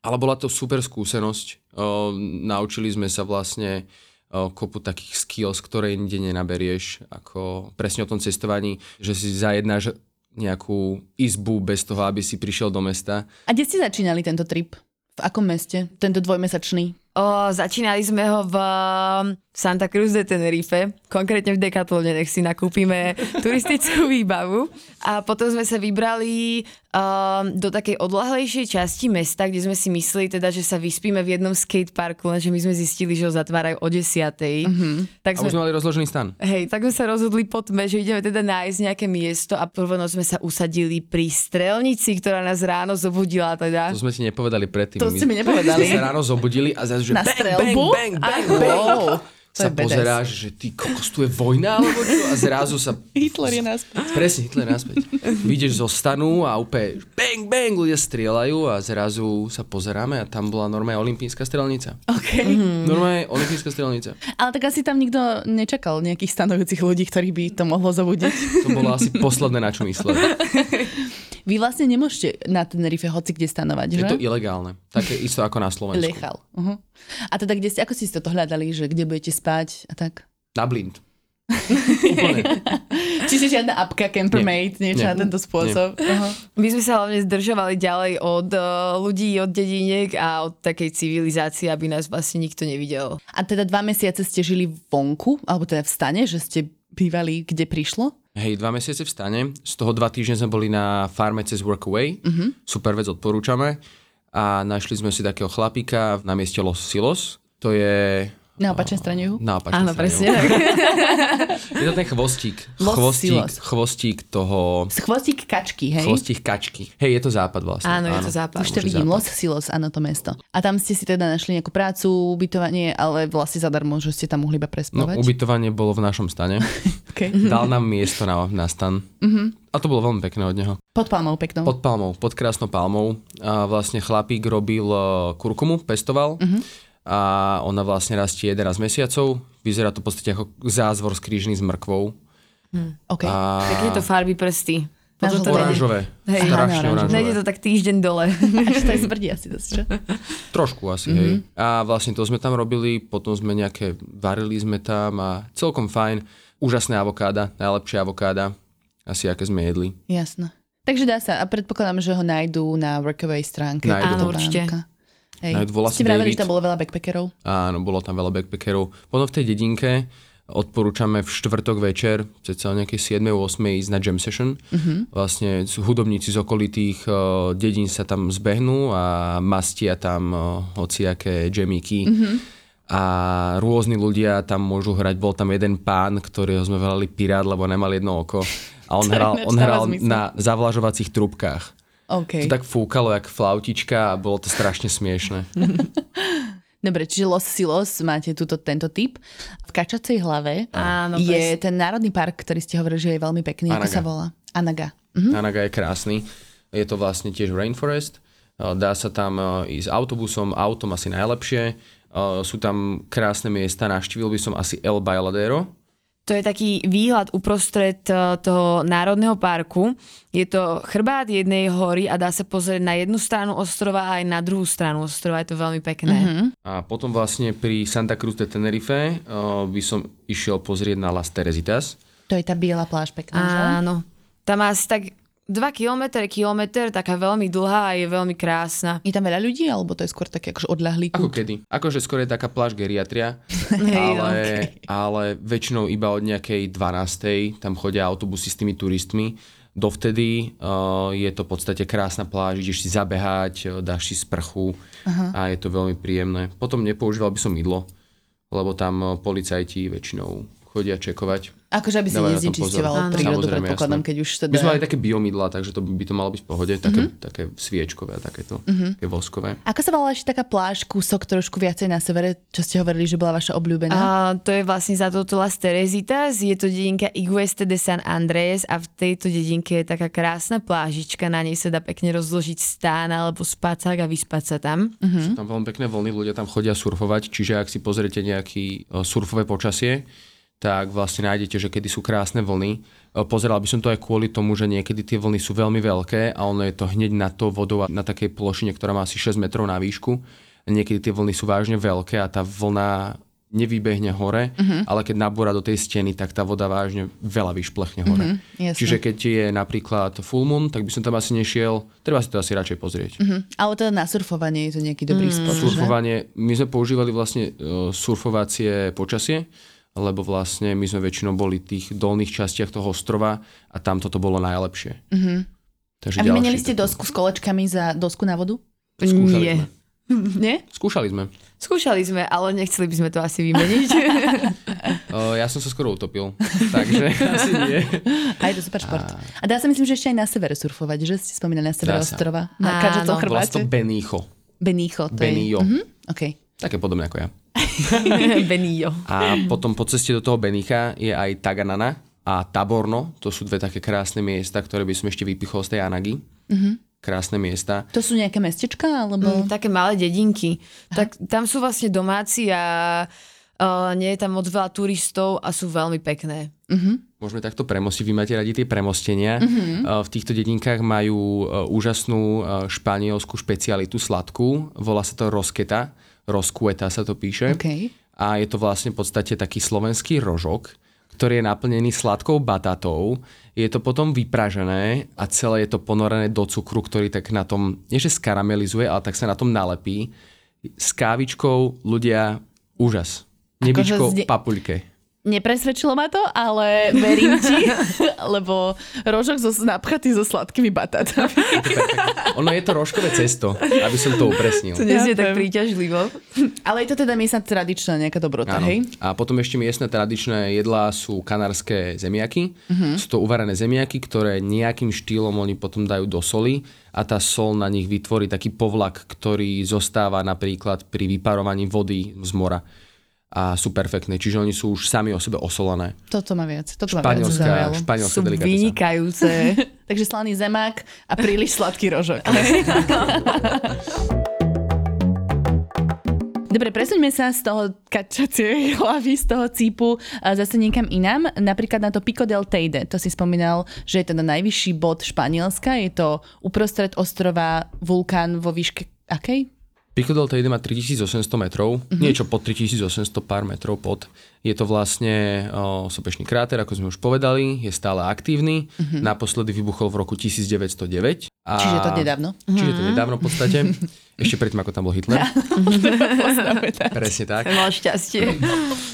[SPEAKER 4] ale bola to super skúsenosť. O, naučili sme sa vlastne o, kopu takých skills, ktoré inde nenaberieš, ako presne o tom cestovaní, že si zajednáš nejakú izbu bez toho, aby si prišiel do mesta.
[SPEAKER 3] A kde ste začínali tento trip? V akom meste? Tento dvojmesačný?
[SPEAKER 5] O, začínali sme ho v um, Santa Cruz de Tenerife, konkrétne v Decathlone, nech si nakúpime turistickú výbavu. A potom sme sa vybrali um, do takej odlahlejšej časti mesta, kde sme si mysleli teda, že sa vyspíme v jednom skateparku, lenže my sme zistili, že ho zatvárajú o 10. Tak
[SPEAKER 4] Mhm. A už sme mali rozložený stan.
[SPEAKER 5] Hej, tak sme sa rozhodli po tme, že ideme teda nájsť nejaké miesto a prvono sme sa usadili pri strelnici, ktorá nás ráno zobudila teda.
[SPEAKER 4] To sme si nepovedali predtým.
[SPEAKER 3] To
[SPEAKER 4] My
[SPEAKER 3] ste mi nepovedali.
[SPEAKER 4] Sme sa ráno zobudili a zase, že
[SPEAKER 3] Na
[SPEAKER 4] bang,
[SPEAKER 3] strelbu?
[SPEAKER 4] bang, bang, bang, bang.
[SPEAKER 3] Wow, to
[SPEAKER 4] sa
[SPEAKER 3] je badass.
[SPEAKER 4] pozeráš, že ty kokos, tu je vojna alebo čo? A zrazu sa...
[SPEAKER 3] Hitler je naspäť.
[SPEAKER 4] Presne, Hitler naspäť. Vidíš zo stanu a úplne bang, bang, ľudia strieľajú a zrazu sa pozeráme a tam bola normálne olimpijská strelnica.
[SPEAKER 3] Okay.
[SPEAKER 4] Mhm. Normálne olimpijská strelnica.
[SPEAKER 3] Ale tak asi tam nikto nečakal nejakých stanovujúcich ľudí, ktorých by to mohlo zobudiť.
[SPEAKER 4] To bolo asi posledné, na čo myslel.
[SPEAKER 3] Vy vlastne nemôžete na Tenerife hoci kde stanovať,
[SPEAKER 4] Je
[SPEAKER 3] že?
[SPEAKER 4] to ilegálne. Také isto ako na Slovensku.
[SPEAKER 3] Lechal. Uh-huh. A teda kde ste, ako ste si toto hľadali, že kde budete spať a tak?
[SPEAKER 4] Na blind. Úplne.
[SPEAKER 3] Čiže žiadna apka Campermate,
[SPEAKER 4] Nie.
[SPEAKER 3] niečo
[SPEAKER 4] Nie.
[SPEAKER 3] na tento spôsob. Uh-huh.
[SPEAKER 5] My sme sa hlavne zdržovali ďalej od eh, ľudí, od dediniek a od takej civilizácie, aby nás vlastne nikto nevidel.
[SPEAKER 3] A teda dva mesiace ste žili vonku, alebo teda v stane, že ste bývali kde prišlo?
[SPEAKER 4] Hej, dva mesiace v stane, z toho dva týždne sme boli na farme cez Workaway,
[SPEAKER 5] Mhm.
[SPEAKER 4] mm-hmm. super vec, odporúčame. A našli sme si takého chlapíka na mieste Los Silos, to je...
[SPEAKER 3] Na opačnej strane juhu?
[SPEAKER 4] Na opačnej
[SPEAKER 5] Áno,
[SPEAKER 4] strane.
[SPEAKER 5] presne. tak.
[SPEAKER 4] Je to ten chvostík.
[SPEAKER 3] Los
[SPEAKER 4] chvostík,
[SPEAKER 3] Silos.
[SPEAKER 4] chvostík toho...
[SPEAKER 3] Z chvostík kačky, hej?
[SPEAKER 4] Chvostík kačky. Hej, je to západ vlastne.
[SPEAKER 5] Áno, je to západ.
[SPEAKER 3] Už to
[SPEAKER 4] Určite
[SPEAKER 3] vidím,
[SPEAKER 4] západ.
[SPEAKER 3] Los Silos, áno, to mesto. A tam ste si teda našli nejakú prácu, ubytovanie, ale vlastne zadarmo, že ste tam mohli iba
[SPEAKER 4] No,
[SPEAKER 3] prespávať.
[SPEAKER 4] ubytovanie bolo v našom stane.
[SPEAKER 3] okay.
[SPEAKER 4] Dal nám miesto na, na stan.
[SPEAKER 5] Mhm.
[SPEAKER 4] Mm-hmm. A to bolo veľmi pekné od neho.
[SPEAKER 3] Pod palmou peknou.
[SPEAKER 4] Pod palmou, pod krásnou palmou. A vlastne chlapík robil e, kurkumu, pestoval.
[SPEAKER 5] Mhm.
[SPEAKER 4] Uh-huh. A ona vlastne rastie 11 mesiacov. Vyzerá to v podstate ako zázvor skrížený s mrkvou.
[SPEAKER 3] Okay.
[SPEAKER 4] A
[SPEAKER 5] Takéto farby prsty. teda-
[SPEAKER 3] Na
[SPEAKER 5] Potom to
[SPEAKER 3] žlto.
[SPEAKER 5] nejde-
[SPEAKER 4] oranžové.
[SPEAKER 5] Hej.
[SPEAKER 4] strašne
[SPEAKER 3] Áno,
[SPEAKER 4] oranžové.
[SPEAKER 5] Nejde to tak týždeň dole.
[SPEAKER 3] Až to aj smrdí asi dosť, čo?
[SPEAKER 4] Trošku asi, mm-hmm.
[SPEAKER 5] Mhm.
[SPEAKER 4] hej. A vlastne to sme tam robili, potom sme nejaké, varili sme tam a celkom fajn. Úžasná avokáda, najlepšia avokáda, asi aké sme jedli.
[SPEAKER 3] Jasno. Takže dá sa. A predpokladám, že ho nájdú na workaway stránke.
[SPEAKER 4] Nájdú
[SPEAKER 5] Áno,
[SPEAKER 3] Toto
[SPEAKER 5] určite.
[SPEAKER 3] bránka. Hej.
[SPEAKER 4] Nájdú, volá
[SPEAKER 3] Ste
[SPEAKER 4] sa
[SPEAKER 3] vraveli,
[SPEAKER 4] David.
[SPEAKER 3] že tam bolo veľa backpackerov.
[SPEAKER 4] Áno, bolo tam veľa backpackerov. Potom v tej dedinke odporúčame v štvrtok večer, ceca o nejakej 7-8 ísť na jam session.
[SPEAKER 3] Mhm.
[SPEAKER 4] Vlastne s- hudobníci z okolitých uh, dedín sa tam zbehnú a mastia tam uh, hociaké jamíky.
[SPEAKER 3] Mhm.
[SPEAKER 4] A rôzni ľudia tam môžu hrať. Bol tam jeden pán, ktorého sme volali Pirát, lebo nemal jedno oko. A on
[SPEAKER 3] To
[SPEAKER 4] hral,
[SPEAKER 3] ináč
[SPEAKER 4] on
[SPEAKER 3] dáva
[SPEAKER 4] hral
[SPEAKER 3] zmysel.
[SPEAKER 4] na zavlažovacích trubkách.
[SPEAKER 3] OK.
[SPEAKER 4] To tak fúkalo, jak flautička a bolo to strašne smiešne.
[SPEAKER 3] Dobre, čiže Los Silos máte túto, tento typ. V Kačacej hlave
[SPEAKER 5] Áno,
[SPEAKER 3] je
[SPEAKER 5] presne.
[SPEAKER 3] ten národný park, ktorý ste hovorili, že je veľmi pekný. Ako
[SPEAKER 4] Anaga.
[SPEAKER 3] sa volá? Anaga. Hm,
[SPEAKER 4] Nanaga je krásny. Je to vlastne tiež rainforest. Eh, Dá sa tam eh, ísť autobusom, autom asi najlepšie. Eh, Sú tam krásne miesta. Navštívil by som asi El Bailadero.
[SPEAKER 5] To je taký výhľad uprostred eh, toho národného parku. Je to chrbát jednej hory a dá sa pozrieť na jednu stranu ostrova a aj na druhú stranu ostrova. Je to veľmi pekné. Mm-hmm.
[SPEAKER 4] A potom vlastne pri Santa Cruz de Tenerife uh, by som išiel pozrieť na Las Teresitas.
[SPEAKER 3] To je tá biela pláž pekná, že?
[SPEAKER 5] Áno. Tam má asi tak 2 km, kilometr, taká veľmi dlhá a je veľmi krásna.
[SPEAKER 3] Je tam veľa ľudí, alebo to je skôr také akože odľahlý
[SPEAKER 4] Ako
[SPEAKER 3] kút?
[SPEAKER 4] kedy. Akože skôr je taká pláž geriatria,
[SPEAKER 5] Hej,
[SPEAKER 4] ale, ale väčšinou iba od nejakej 12. tam chodia autobusy s tými turistmi. Dovtedy uh, je to v podstate krásna pláž, ideš si zabehať, eh, dáš si sprchu a je to veľmi príjemné. Potom nepoužíval by som mydlo, lebo tam eh, policajti väčšinou chodia čekovať.
[SPEAKER 3] Akože aby si
[SPEAKER 4] Dávajú na tom
[SPEAKER 3] neznečistovala
[SPEAKER 4] pozor.
[SPEAKER 3] prírodu,
[SPEAKER 4] Samozrejme,
[SPEAKER 3] predpokladám,
[SPEAKER 4] jasné.
[SPEAKER 3] keď už
[SPEAKER 4] My sme
[SPEAKER 3] teda...
[SPEAKER 4] mali také biomidlá, takže to by to malo byť v pohode, také, také sviečkové a takéto, také voskové.
[SPEAKER 3] Ako sa volala ešte taká pláž, kúsok trošku viacej na severe, čo ste hovorili, že bola vaša obľúbená?
[SPEAKER 5] A to je vlastne za toto Las Teresitas, je to dedinka Igueste de San Andrés a v tejto dedinke je taká krásna plážička, na nej sa dá pekne rozložiť stán alebo spacák a vyspať sa tam.
[SPEAKER 4] Sú tam veľmi pekné vlny, ľudia tam chodia surfovať, čiže ak si pozriete nejaký e, surfové počasie, tak vlastne nájdete, že kedy sú krásne vlny. E, Pozeral by som to aj kvôli tomu, že niekedy tie vlny sú veľmi veľké a ono je to hneď nad tou vodou a na takej plošine, ktorá má asi 6 metrov na výšku. Niekedy tie vlny sú vážne veľké a tá vlna nevybehne hore, ale keď nabúra do tej steny, tak tá voda vážne veľa vyšplechne hore.
[SPEAKER 3] jasné.
[SPEAKER 4] Čiže keď je napríklad full moon, tak by som tam asi nešiel. Treba si to asi radšej pozrieť.
[SPEAKER 3] Hm. Ale teda na surfovanie je to nejaký dobrý spôsob, že?
[SPEAKER 4] Surfovanie, my sme používali vlastne e, surfovacie počasie, lebo vlastne my sme väčšinou boli v tých dolných častiach toho ostrova a tam toto bolo najlepšie. Mm-hmm. Takže
[SPEAKER 3] Mhm. A vymenili
[SPEAKER 4] ďalší
[SPEAKER 3] ste
[SPEAKER 4] taký-
[SPEAKER 3] dosku s kolečkami za dosku na vodu?
[SPEAKER 4] Skúšali
[SPEAKER 5] Nie.
[SPEAKER 4] sme.
[SPEAKER 3] Nie?
[SPEAKER 4] Skúšali sme.
[SPEAKER 5] Skúšali sme, ale nechceli by sme to asi vymeniť.
[SPEAKER 4] E, ja som sa skoro utopil, takže asi nie.
[SPEAKER 3] A je to super šport. A dá sa myslím, že ešte aj na severe surfovať, že ste spomínali na severe
[SPEAKER 4] Dá sa. Vlastne
[SPEAKER 3] ostrova. Na
[SPEAKER 5] Áno.
[SPEAKER 3] každom
[SPEAKER 4] Volá sa to
[SPEAKER 3] chrbáte.
[SPEAKER 4] Benicho.
[SPEAKER 3] Benicho. To
[SPEAKER 4] Benio.
[SPEAKER 3] Je. Mhm, OK.
[SPEAKER 4] Také podobné ako ja.
[SPEAKER 5] Benio.
[SPEAKER 4] A potom po ceste do toho Benicha je aj Taganana a Taborno. To sú dve také krásne miesta, ktoré by som ešte vypichol z tej Anagy.
[SPEAKER 3] Mhm.
[SPEAKER 4] Mm-hmm. Krásne miesta.
[SPEAKER 3] To sú nejaké mestečka, alebo...
[SPEAKER 5] Mm, také malé dedinky. Tak tam sú vlastne domáci a uh, nie je tam moc veľa turistov a sú veľmi pekné.
[SPEAKER 4] Môžeme takto premostiť. Vy máte radi tie premostenia.
[SPEAKER 3] Mhm.
[SPEAKER 4] Mm-hmm. V týchto dedinkách majú e, úžasnú e, španielskú špecialitu sladkú. Volá sa to rosketa. Roskueta sa to píše.
[SPEAKER 3] OK.
[SPEAKER 4] A je to vlastne v podstate taký slovenský rožok, ktorý je naplnený sladkou batatou. Je to potom vypražené a celé je to ponorené do cukru, ktorý tak na tom, nie že skaramelizuje, ale tak sa na tom nalepí. S kávičkou ľudia úžas. Nebičko
[SPEAKER 3] zde-
[SPEAKER 4] v papuľke.
[SPEAKER 3] Nepresvedčilo ma to, ale verím ti, lebo rožok zo, napchatý so sladkými batátami.
[SPEAKER 4] Ono je to rožkové cesto, aby som to upresnil.
[SPEAKER 5] To nie
[SPEAKER 3] Chápem.
[SPEAKER 5] je tak príťažlivo.
[SPEAKER 3] Ale je to teda miestna tradičná nejaká dobrota,
[SPEAKER 4] Áno.
[SPEAKER 3] hej?
[SPEAKER 4] A potom ešte miestne tradičné jedlá sú kanárske zemiaky.
[SPEAKER 5] Mhm.
[SPEAKER 4] Sú to uvarené zemiaky, ktoré nejakým štýlom oni potom dajú do soli a tá sol na nich vytvorí taký povlak, ktorý zostáva napríklad pri vyparovaní vody z mora a sú perfektné. Čiže oni sú už sami o sebe osolené.
[SPEAKER 3] Toto ma viac. Toto ma viac
[SPEAKER 4] Španielská,
[SPEAKER 3] zaujalo.
[SPEAKER 4] španielská
[SPEAKER 5] Sú
[SPEAKER 4] delikatesa.
[SPEAKER 5] vynikajúce.
[SPEAKER 3] Takže slaný zemák a príliš sladký rožok. Dobre, presuňme sa z toho kačacie hlavy, z toho cípu a zase niekam inám, napríklad na to Pico del Teide. To si spomínal, že je teda najvyšší bod Španielska, je to uprostred ostrova vulkán vo výške akej?
[SPEAKER 4] Pico del Teide má 3800 metrov,
[SPEAKER 3] Mhm.
[SPEAKER 4] niečo pod 3800 pár metrov pod. Je to vlastne o, sopečný kráter, ako sme už povedali, je stále aktívny. Naposledy vybuchol v roku 1909.
[SPEAKER 3] Mhm.
[SPEAKER 4] A,
[SPEAKER 3] Čiže to nedávno. Mhm.
[SPEAKER 4] Čiže to nedávno v podstate. Ešte predtým, ako tam bol Hitler. Presne tak.
[SPEAKER 5] Mal šťastie.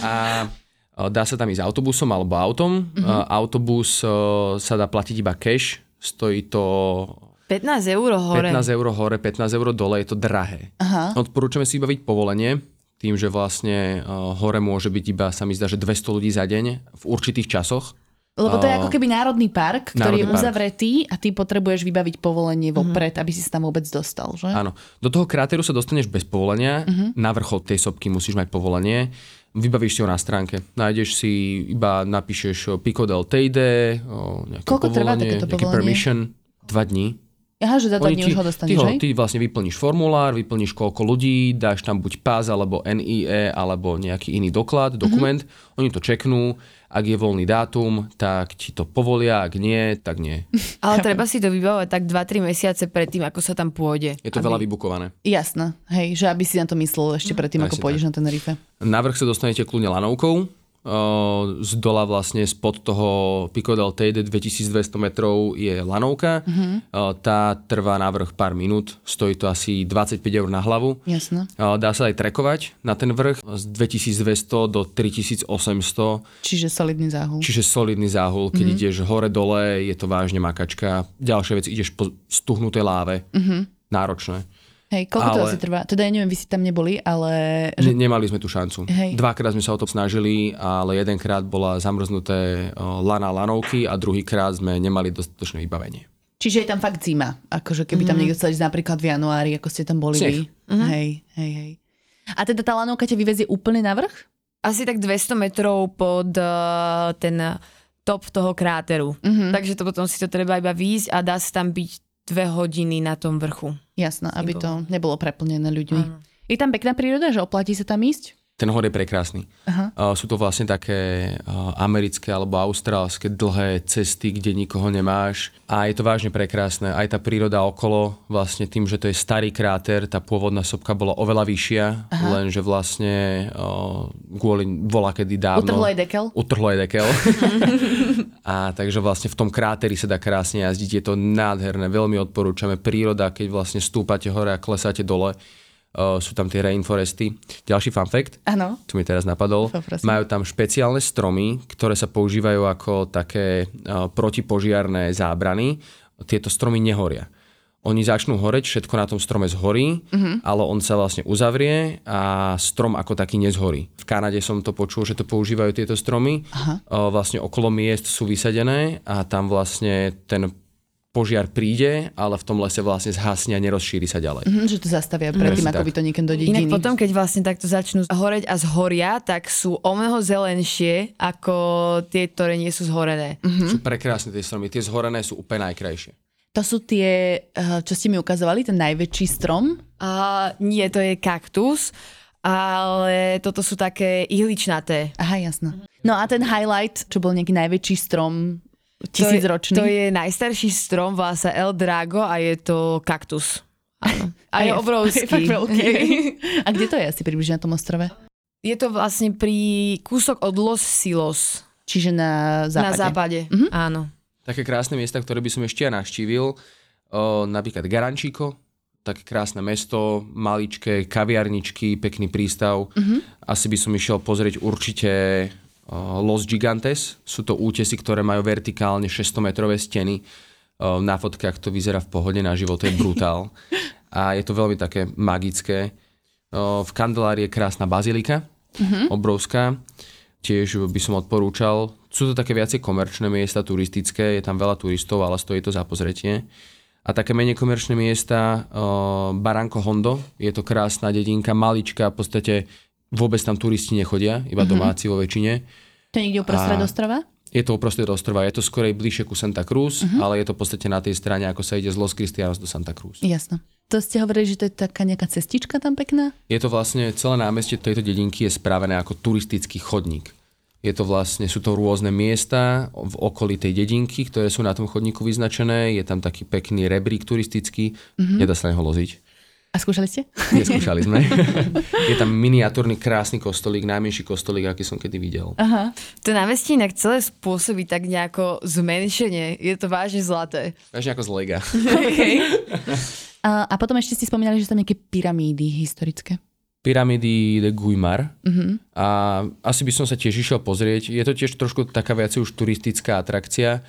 [SPEAKER 4] A e, dá sa tam ísť autobusom alebo autom.
[SPEAKER 3] Mhm.
[SPEAKER 4] E, Autobus e, sa dá platiť iba cash, stojí to
[SPEAKER 5] 15 eur hore.
[SPEAKER 4] 15 eur hore, 15 eur dole, je to drahé. Aha. Odporúčame si baviť povolenie, tým, že vlastne e, hore môže byť iba, sa mi zdá, že 200 ľudí za deň v určitých časoch.
[SPEAKER 3] Lebo to je ako keby národný park, ktorý
[SPEAKER 4] Národný
[SPEAKER 3] je
[SPEAKER 4] park. Mhm.
[SPEAKER 3] uzavretý a ty potrebuješ vybaviť povolenie vopred, aby si sa tam vôbec dostal, že?
[SPEAKER 4] Áno. Do toho kráteru sa dostaneš bez povolenia.
[SPEAKER 3] Mhm.
[SPEAKER 4] Uh-huh. Na vrchol tej sopky musíš mať povolenie. Vybavíš si ho na stránke. Nájdeš si, iba napíšeš o Pico del Teide, o nejaké
[SPEAKER 3] Koľko trvá
[SPEAKER 4] povolenie,
[SPEAKER 3] takéto
[SPEAKER 4] nejaký
[SPEAKER 3] povolenie?
[SPEAKER 4] permission. Dva dní.
[SPEAKER 3] Aha, že za dva
[SPEAKER 4] Oni
[SPEAKER 3] dní
[SPEAKER 4] ti-
[SPEAKER 3] už ho
[SPEAKER 4] ty,
[SPEAKER 3] dostaneš, hej?
[SPEAKER 4] ty vlastne vyplníš formulár, vyplníš koľko ľudí, dáš tam buď pás, alebo NIE, alebo nejaký iný doklad,
[SPEAKER 3] Mhm.
[SPEAKER 4] dokument. Oni to čeknú, ak je voľný dátum, tak ti to povolia, ak nie, tak nie.
[SPEAKER 5] Ale treba si to vybavovať tak 2-3 mesiace pred tým, ako sa tam pôjde.
[SPEAKER 4] Je to veľa vybukované.
[SPEAKER 3] Jasné, hej, že aby si na to myslel
[SPEAKER 5] Mhm.
[SPEAKER 3] ešte predtým, ako
[SPEAKER 4] Presne
[SPEAKER 3] pôjdeš na ten rife.
[SPEAKER 4] Na vrch sa dostanete kľudne lanovkou, eh, z dola vlastne spod toho Pico del Teide 2200 metrov je lanovka.
[SPEAKER 3] Mhm.
[SPEAKER 4] Eh, Tá trvá na vrch pár minút, stojí to asi 25 eur na hlavu.
[SPEAKER 3] Jasné.
[SPEAKER 4] Eh, Dá sa aj trekovať na ten vrch z 2200 do 3800,
[SPEAKER 3] Čiže solidný záhul.
[SPEAKER 4] čiže solidný záhul. Keď ideš hore-dole, je to vážne makačka. Ďalšia vec, ideš po stuhnutej láve. Náročné.
[SPEAKER 3] Hej, koľko to
[SPEAKER 4] ale-
[SPEAKER 3] asi trvá? Teda ja neviem, vy ste tam neboli, ale...
[SPEAKER 4] Ne- nemali sme tú šancu.
[SPEAKER 3] Hej.
[SPEAKER 4] Dvakrát sme sa o to snažili, ale jedenkrát bola zamrznuté o, lana lanovky a druhýkrát sme nemali dostatočné vybavenie.
[SPEAKER 3] Čiže je tam fakt zima. Akože keby
[SPEAKER 5] Mhm.
[SPEAKER 3] tam niekto chcel ísť napríklad v januári, ako ste tam boli vy.
[SPEAKER 4] Sneh.
[SPEAKER 3] Hej, hej, hej. A teda tá lanovka ťa vyvezie úplne na vrch?
[SPEAKER 5] Asi tak 200 metrov pod eh, ten top toho kráteru. Takže to potom si to treba iba výjsť a dá sa tam byť dve hodiny na tom vrchu.
[SPEAKER 3] Jasné, aby to nebolo preplnené ľuďmi. Je tam pekná príroda, že oplatí sa tam ísť?
[SPEAKER 4] Ten hor je prekrásny.
[SPEAKER 3] Aha.
[SPEAKER 4] O, Sú to vlastne také o, americké alebo austrálske dlhé cesty, kde nikoho nemáš. A je to vážne prekrásne. Aj tá príroda okolo, vlastne tým, že to je starý kráter, tá pôvodná sopka bola oveľa vyššia, Aha. lenže vlastne o, kvôli vola kedy dávno...
[SPEAKER 3] Utrhlo aj dekel?
[SPEAKER 4] Utrhlo aj dekel. a takže vlastne v tom kráteri sa dá krásne jazdiť. Je to nádherné, veľmi odporúčame. Príroda, keď vlastne stúpate hore a klesáte dole, uh, sú tam tie rainforesty. Ďalší fun fact,
[SPEAKER 3] Áno.
[SPEAKER 4] čo mi teraz napadol,
[SPEAKER 3] Poprosím.
[SPEAKER 4] majú tam špeciálne stromy, ktoré sa používajú ako také uh, protipožiarné zábrany. Tieto stromy nehoria. Oni začnú horeť, všetko na tom strome zhorí, ale on sa vlastne uzavrie a strom ako taký nezhorí. V Kanade som to počul, že to používajú tieto stromy. Aha. Vlastne okolo miest sú vysadené a tam vlastne ten požiar príde, ale v tom lese vlastne zhasne a nerozšíri sa ďalej.
[SPEAKER 3] Mhm, že to zastavia predtým,
[SPEAKER 4] Presne
[SPEAKER 3] ako
[SPEAKER 4] tak.
[SPEAKER 3] by to niekam do dediny.
[SPEAKER 5] Inak potom, keď vlastne takto začnú horeť a zhoria, tak sú o mnoho zelenšie ako tie, ktoré nie sú zhorené.
[SPEAKER 4] Sú prekrásne tie stromy. Tie zhorené sú úplne najkrajšie.
[SPEAKER 3] To sú tie, eh, čo ste mi ukazovali, ten najväčší strom?
[SPEAKER 5] A nie, to je kaktus, ale toto sú také ihličnaté.
[SPEAKER 3] Aha, jasné. No a ten highlight, čo bol nejaký najväčší strom tisícročný.
[SPEAKER 5] To je, to je najstarší strom, volá sa El Drago a je to kaktus. Áno. A je
[SPEAKER 3] Je
[SPEAKER 5] obrovský.
[SPEAKER 3] fakt veľký. a kde to je asi približne na tom ostrove?
[SPEAKER 5] Je to vlastne pri kúsok od Los Silos
[SPEAKER 3] Čiže na západe.
[SPEAKER 5] na západe. Mm-hmm. Áno.
[SPEAKER 4] Také krásne miesta, ktoré by som ešte ja navštívil, o, napríklad Garančíko, také krásne mesto, maličké kaviarničky, pekný prístav. Asi by som išiel pozrieť určite o, Los Gigantes. Sú to útesy, ktoré majú vertikálne 600-metrové steny. O, na fotkách to vyzerá v pohode, na život je brutál. A je to veľmi také magické. O, v Kandelárii je krásna bazilika, obrovská. Tiež by som odporúčal. Sú to také viacej komerčné miesta, turistické, je tam veľa turistov, ale stojí to za pozretie. A také menej komerčné miesta, eh, Baranko Hondo, je to krásna dedinka, malička, v podstate vôbec tam turisti nechodia, iba domáci vo väčšine.
[SPEAKER 3] To je niekde uprostred
[SPEAKER 4] A-
[SPEAKER 3] ostrova?
[SPEAKER 4] Je to uprostred ostrova, je to skorej bližšie ku Santa Cruz, ale je to v podstate na tej strane, ako sa ide z Los Cristianos do Santa Cruz.
[SPEAKER 3] Jasno. To ste hovorili, že to je taká nejaká cestička tam pekná?
[SPEAKER 4] Je to vlastne, celé námestie tejto dedinky je spravené ako turistický chodník. Je to vlastne, sú to rôzne miesta v okolí tej dedinky, ktoré sú na tom chodníku vyznačené. Je tam taký pekný rebrík turistický, mm-hmm. nedá sa na neho loziť.
[SPEAKER 3] A skúšali ste?
[SPEAKER 4] Neskúšali sme. je tam miniatúrny krásny kostolík, najmenší kostolík, aký som kedy videl.
[SPEAKER 3] Aha.
[SPEAKER 5] To námestie inak celé spôsobí tak nejako zmenšenie. Je to vážne zlaté.
[SPEAKER 4] Vážne ako z Lega.
[SPEAKER 3] A, a potom ešte ste spomínali, že sú tam nejaké pyramídy historické.
[SPEAKER 4] Pyramidy de Guimar.
[SPEAKER 5] Mhm.
[SPEAKER 4] Mm-hmm. A asi by som sa tiež išiel pozrieť. Je to tiež trošku taká viacej už turistická atrakcia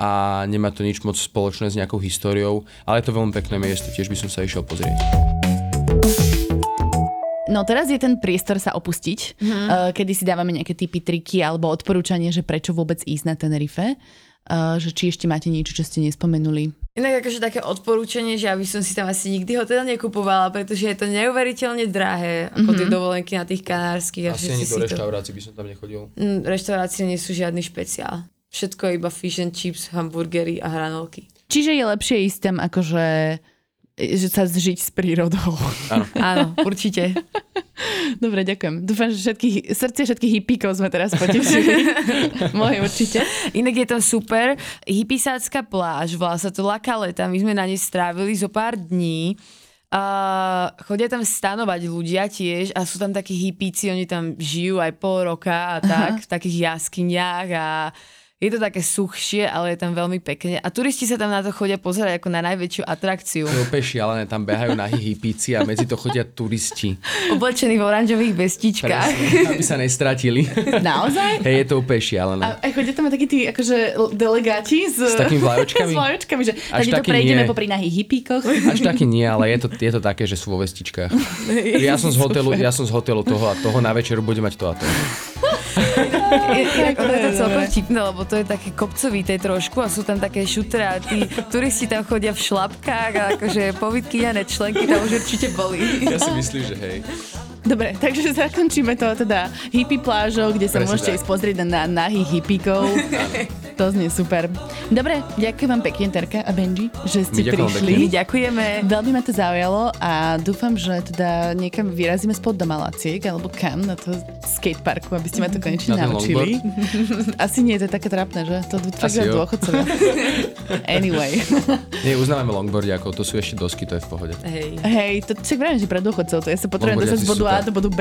[SPEAKER 4] a nemá to nič moc spoločné s nejakou históriou, ale je to veľmi pekné miesto, tiež by som sa išiel pozrieť.
[SPEAKER 3] No teraz je ten priestor sa opustiť, mm-hmm. kedy si dávame nejaké typy, triky alebo odporúčanie, že prečo vôbec ísť na Tenerife. Eh, Že či ešte máte niečo, čo ste nespomenuli.
[SPEAKER 5] Inak akože také odporúčanie, že aby som si tam asi nikdy hotel nekupovala, pretože je to neuveriteľne drahé, ako tie dovolenky na tých kanárskych. a všetci si to-
[SPEAKER 4] reštaurácií by som tam nechodil.
[SPEAKER 5] Mm, Reštaurácie nie sú žiadny špeciál. Všetko je iba fish and chips, hamburgery a hranolky.
[SPEAKER 3] Čiže je lepšie ísť tam akože e, že sa zžiť s prírodou.
[SPEAKER 5] Áno, určite.
[SPEAKER 3] Dobre, ďakujem. Dúfam, že všetkých, srdce všetkých hippíkov sme teraz potešili. Moje určite.
[SPEAKER 5] Inak je tam super. Hypisácka pláž, volá sa to La Caleta. My sme na nej strávili zo pár dní. Uh, chodia tam stanovať ľudia tiež a sú tam takí hippíci, oni tam žijú aj pol roka a tak, v takých jaskyniach a je to také suchšie, ale je tam veľmi pekne. A turisti sa tam na to chodia pozerať ako na najväčšiu atrakciu.
[SPEAKER 4] To je úplne šialené, tam behajú na hippíci a medzi to chodia turisti.
[SPEAKER 5] Oblečení v oranžových vestičkách.
[SPEAKER 4] Presne, aby sa nestratili.
[SPEAKER 3] Naozaj?
[SPEAKER 4] Hej, je to úplne šialené.
[SPEAKER 3] A, a chodia tam aj takí tí akože l- delegáti s,
[SPEAKER 4] S takými vlajočkami?
[SPEAKER 3] s vlajočkami, že
[SPEAKER 4] Až
[SPEAKER 3] takýto
[SPEAKER 4] taký
[SPEAKER 3] prejdeme
[SPEAKER 4] nie.
[SPEAKER 3] popri nahých hippíkoch.
[SPEAKER 4] Až taký nie, ale je to, je to také, že sú vo vestičkách. Ja som z hotelu, ja som z hotelu toho a toho na večeru budem mať to a to.
[SPEAKER 5] Je, je,
[SPEAKER 3] to
[SPEAKER 5] ono je to
[SPEAKER 3] je
[SPEAKER 5] celkom
[SPEAKER 3] dobre.
[SPEAKER 5] vtipné, lebo to je také kopcovité trošku a sú tam také šutre a tí turisti tam chodia v šlapkách a akože povytkyňané členky tam už určite boli.
[SPEAKER 4] Ja si myslím, že hej.
[SPEAKER 3] Dobre, takže zakončíme to teda hippie plážou, kde sa
[SPEAKER 4] Presne
[SPEAKER 3] môžete
[SPEAKER 4] tak.
[SPEAKER 3] ísť pozrieť na nahých hippíkov. to znie super. Dobre, ďakujem vám pekne, Terka a Benji, že ste
[SPEAKER 4] My ďakujeme
[SPEAKER 3] prišli.
[SPEAKER 5] My ďakujeme.
[SPEAKER 3] Veľmi ma to zaujalo a dúfam, že teda niekam vyrazíme spod do Malaciek alebo kam na to skateparku, aby ste ma to konečne
[SPEAKER 4] Mhm. Na ten
[SPEAKER 3] naučili. Asi nie, to je také trápne, že? To fakt
[SPEAKER 4] Asi jo.
[SPEAKER 3] dôchodcovia. anyway.
[SPEAKER 4] Nie, uznávame longboardiakov, to sú ešte dosky, to je v pohode.
[SPEAKER 5] Hej.
[SPEAKER 3] Hej, to však vravím, že pre dôchodcov, to ja sa potrebujem dostať
[SPEAKER 4] Longboardiaci
[SPEAKER 3] z bodu A
[SPEAKER 4] super.
[SPEAKER 3] do bodu B,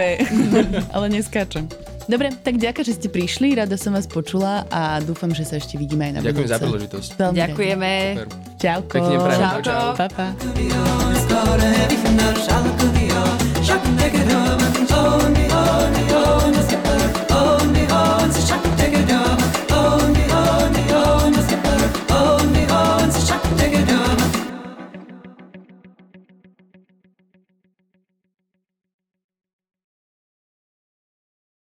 [SPEAKER 3] ale neskáčem. Dobre, tak ďakujem, že ste prišli, rada som vás počula a dúfam, že sa ešte vidíme aj na
[SPEAKER 4] Ďakujem
[SPEAKER 3] budúce.
[SPEAKER 4] za príležitosť.
[SPEAKER 3] Veľmi rada.
[SPEAKER 5] Ďakujeme.
[SPEAKER 4] Super.
[SPEAKER 3] Čauko.
[SPEAKER 4] Pekne prajem.
[SPEAKER 5] Čauko.
[SPEAKER 3] Pa, pa.
[SPEAKER 6] Skoro je vychná šalkový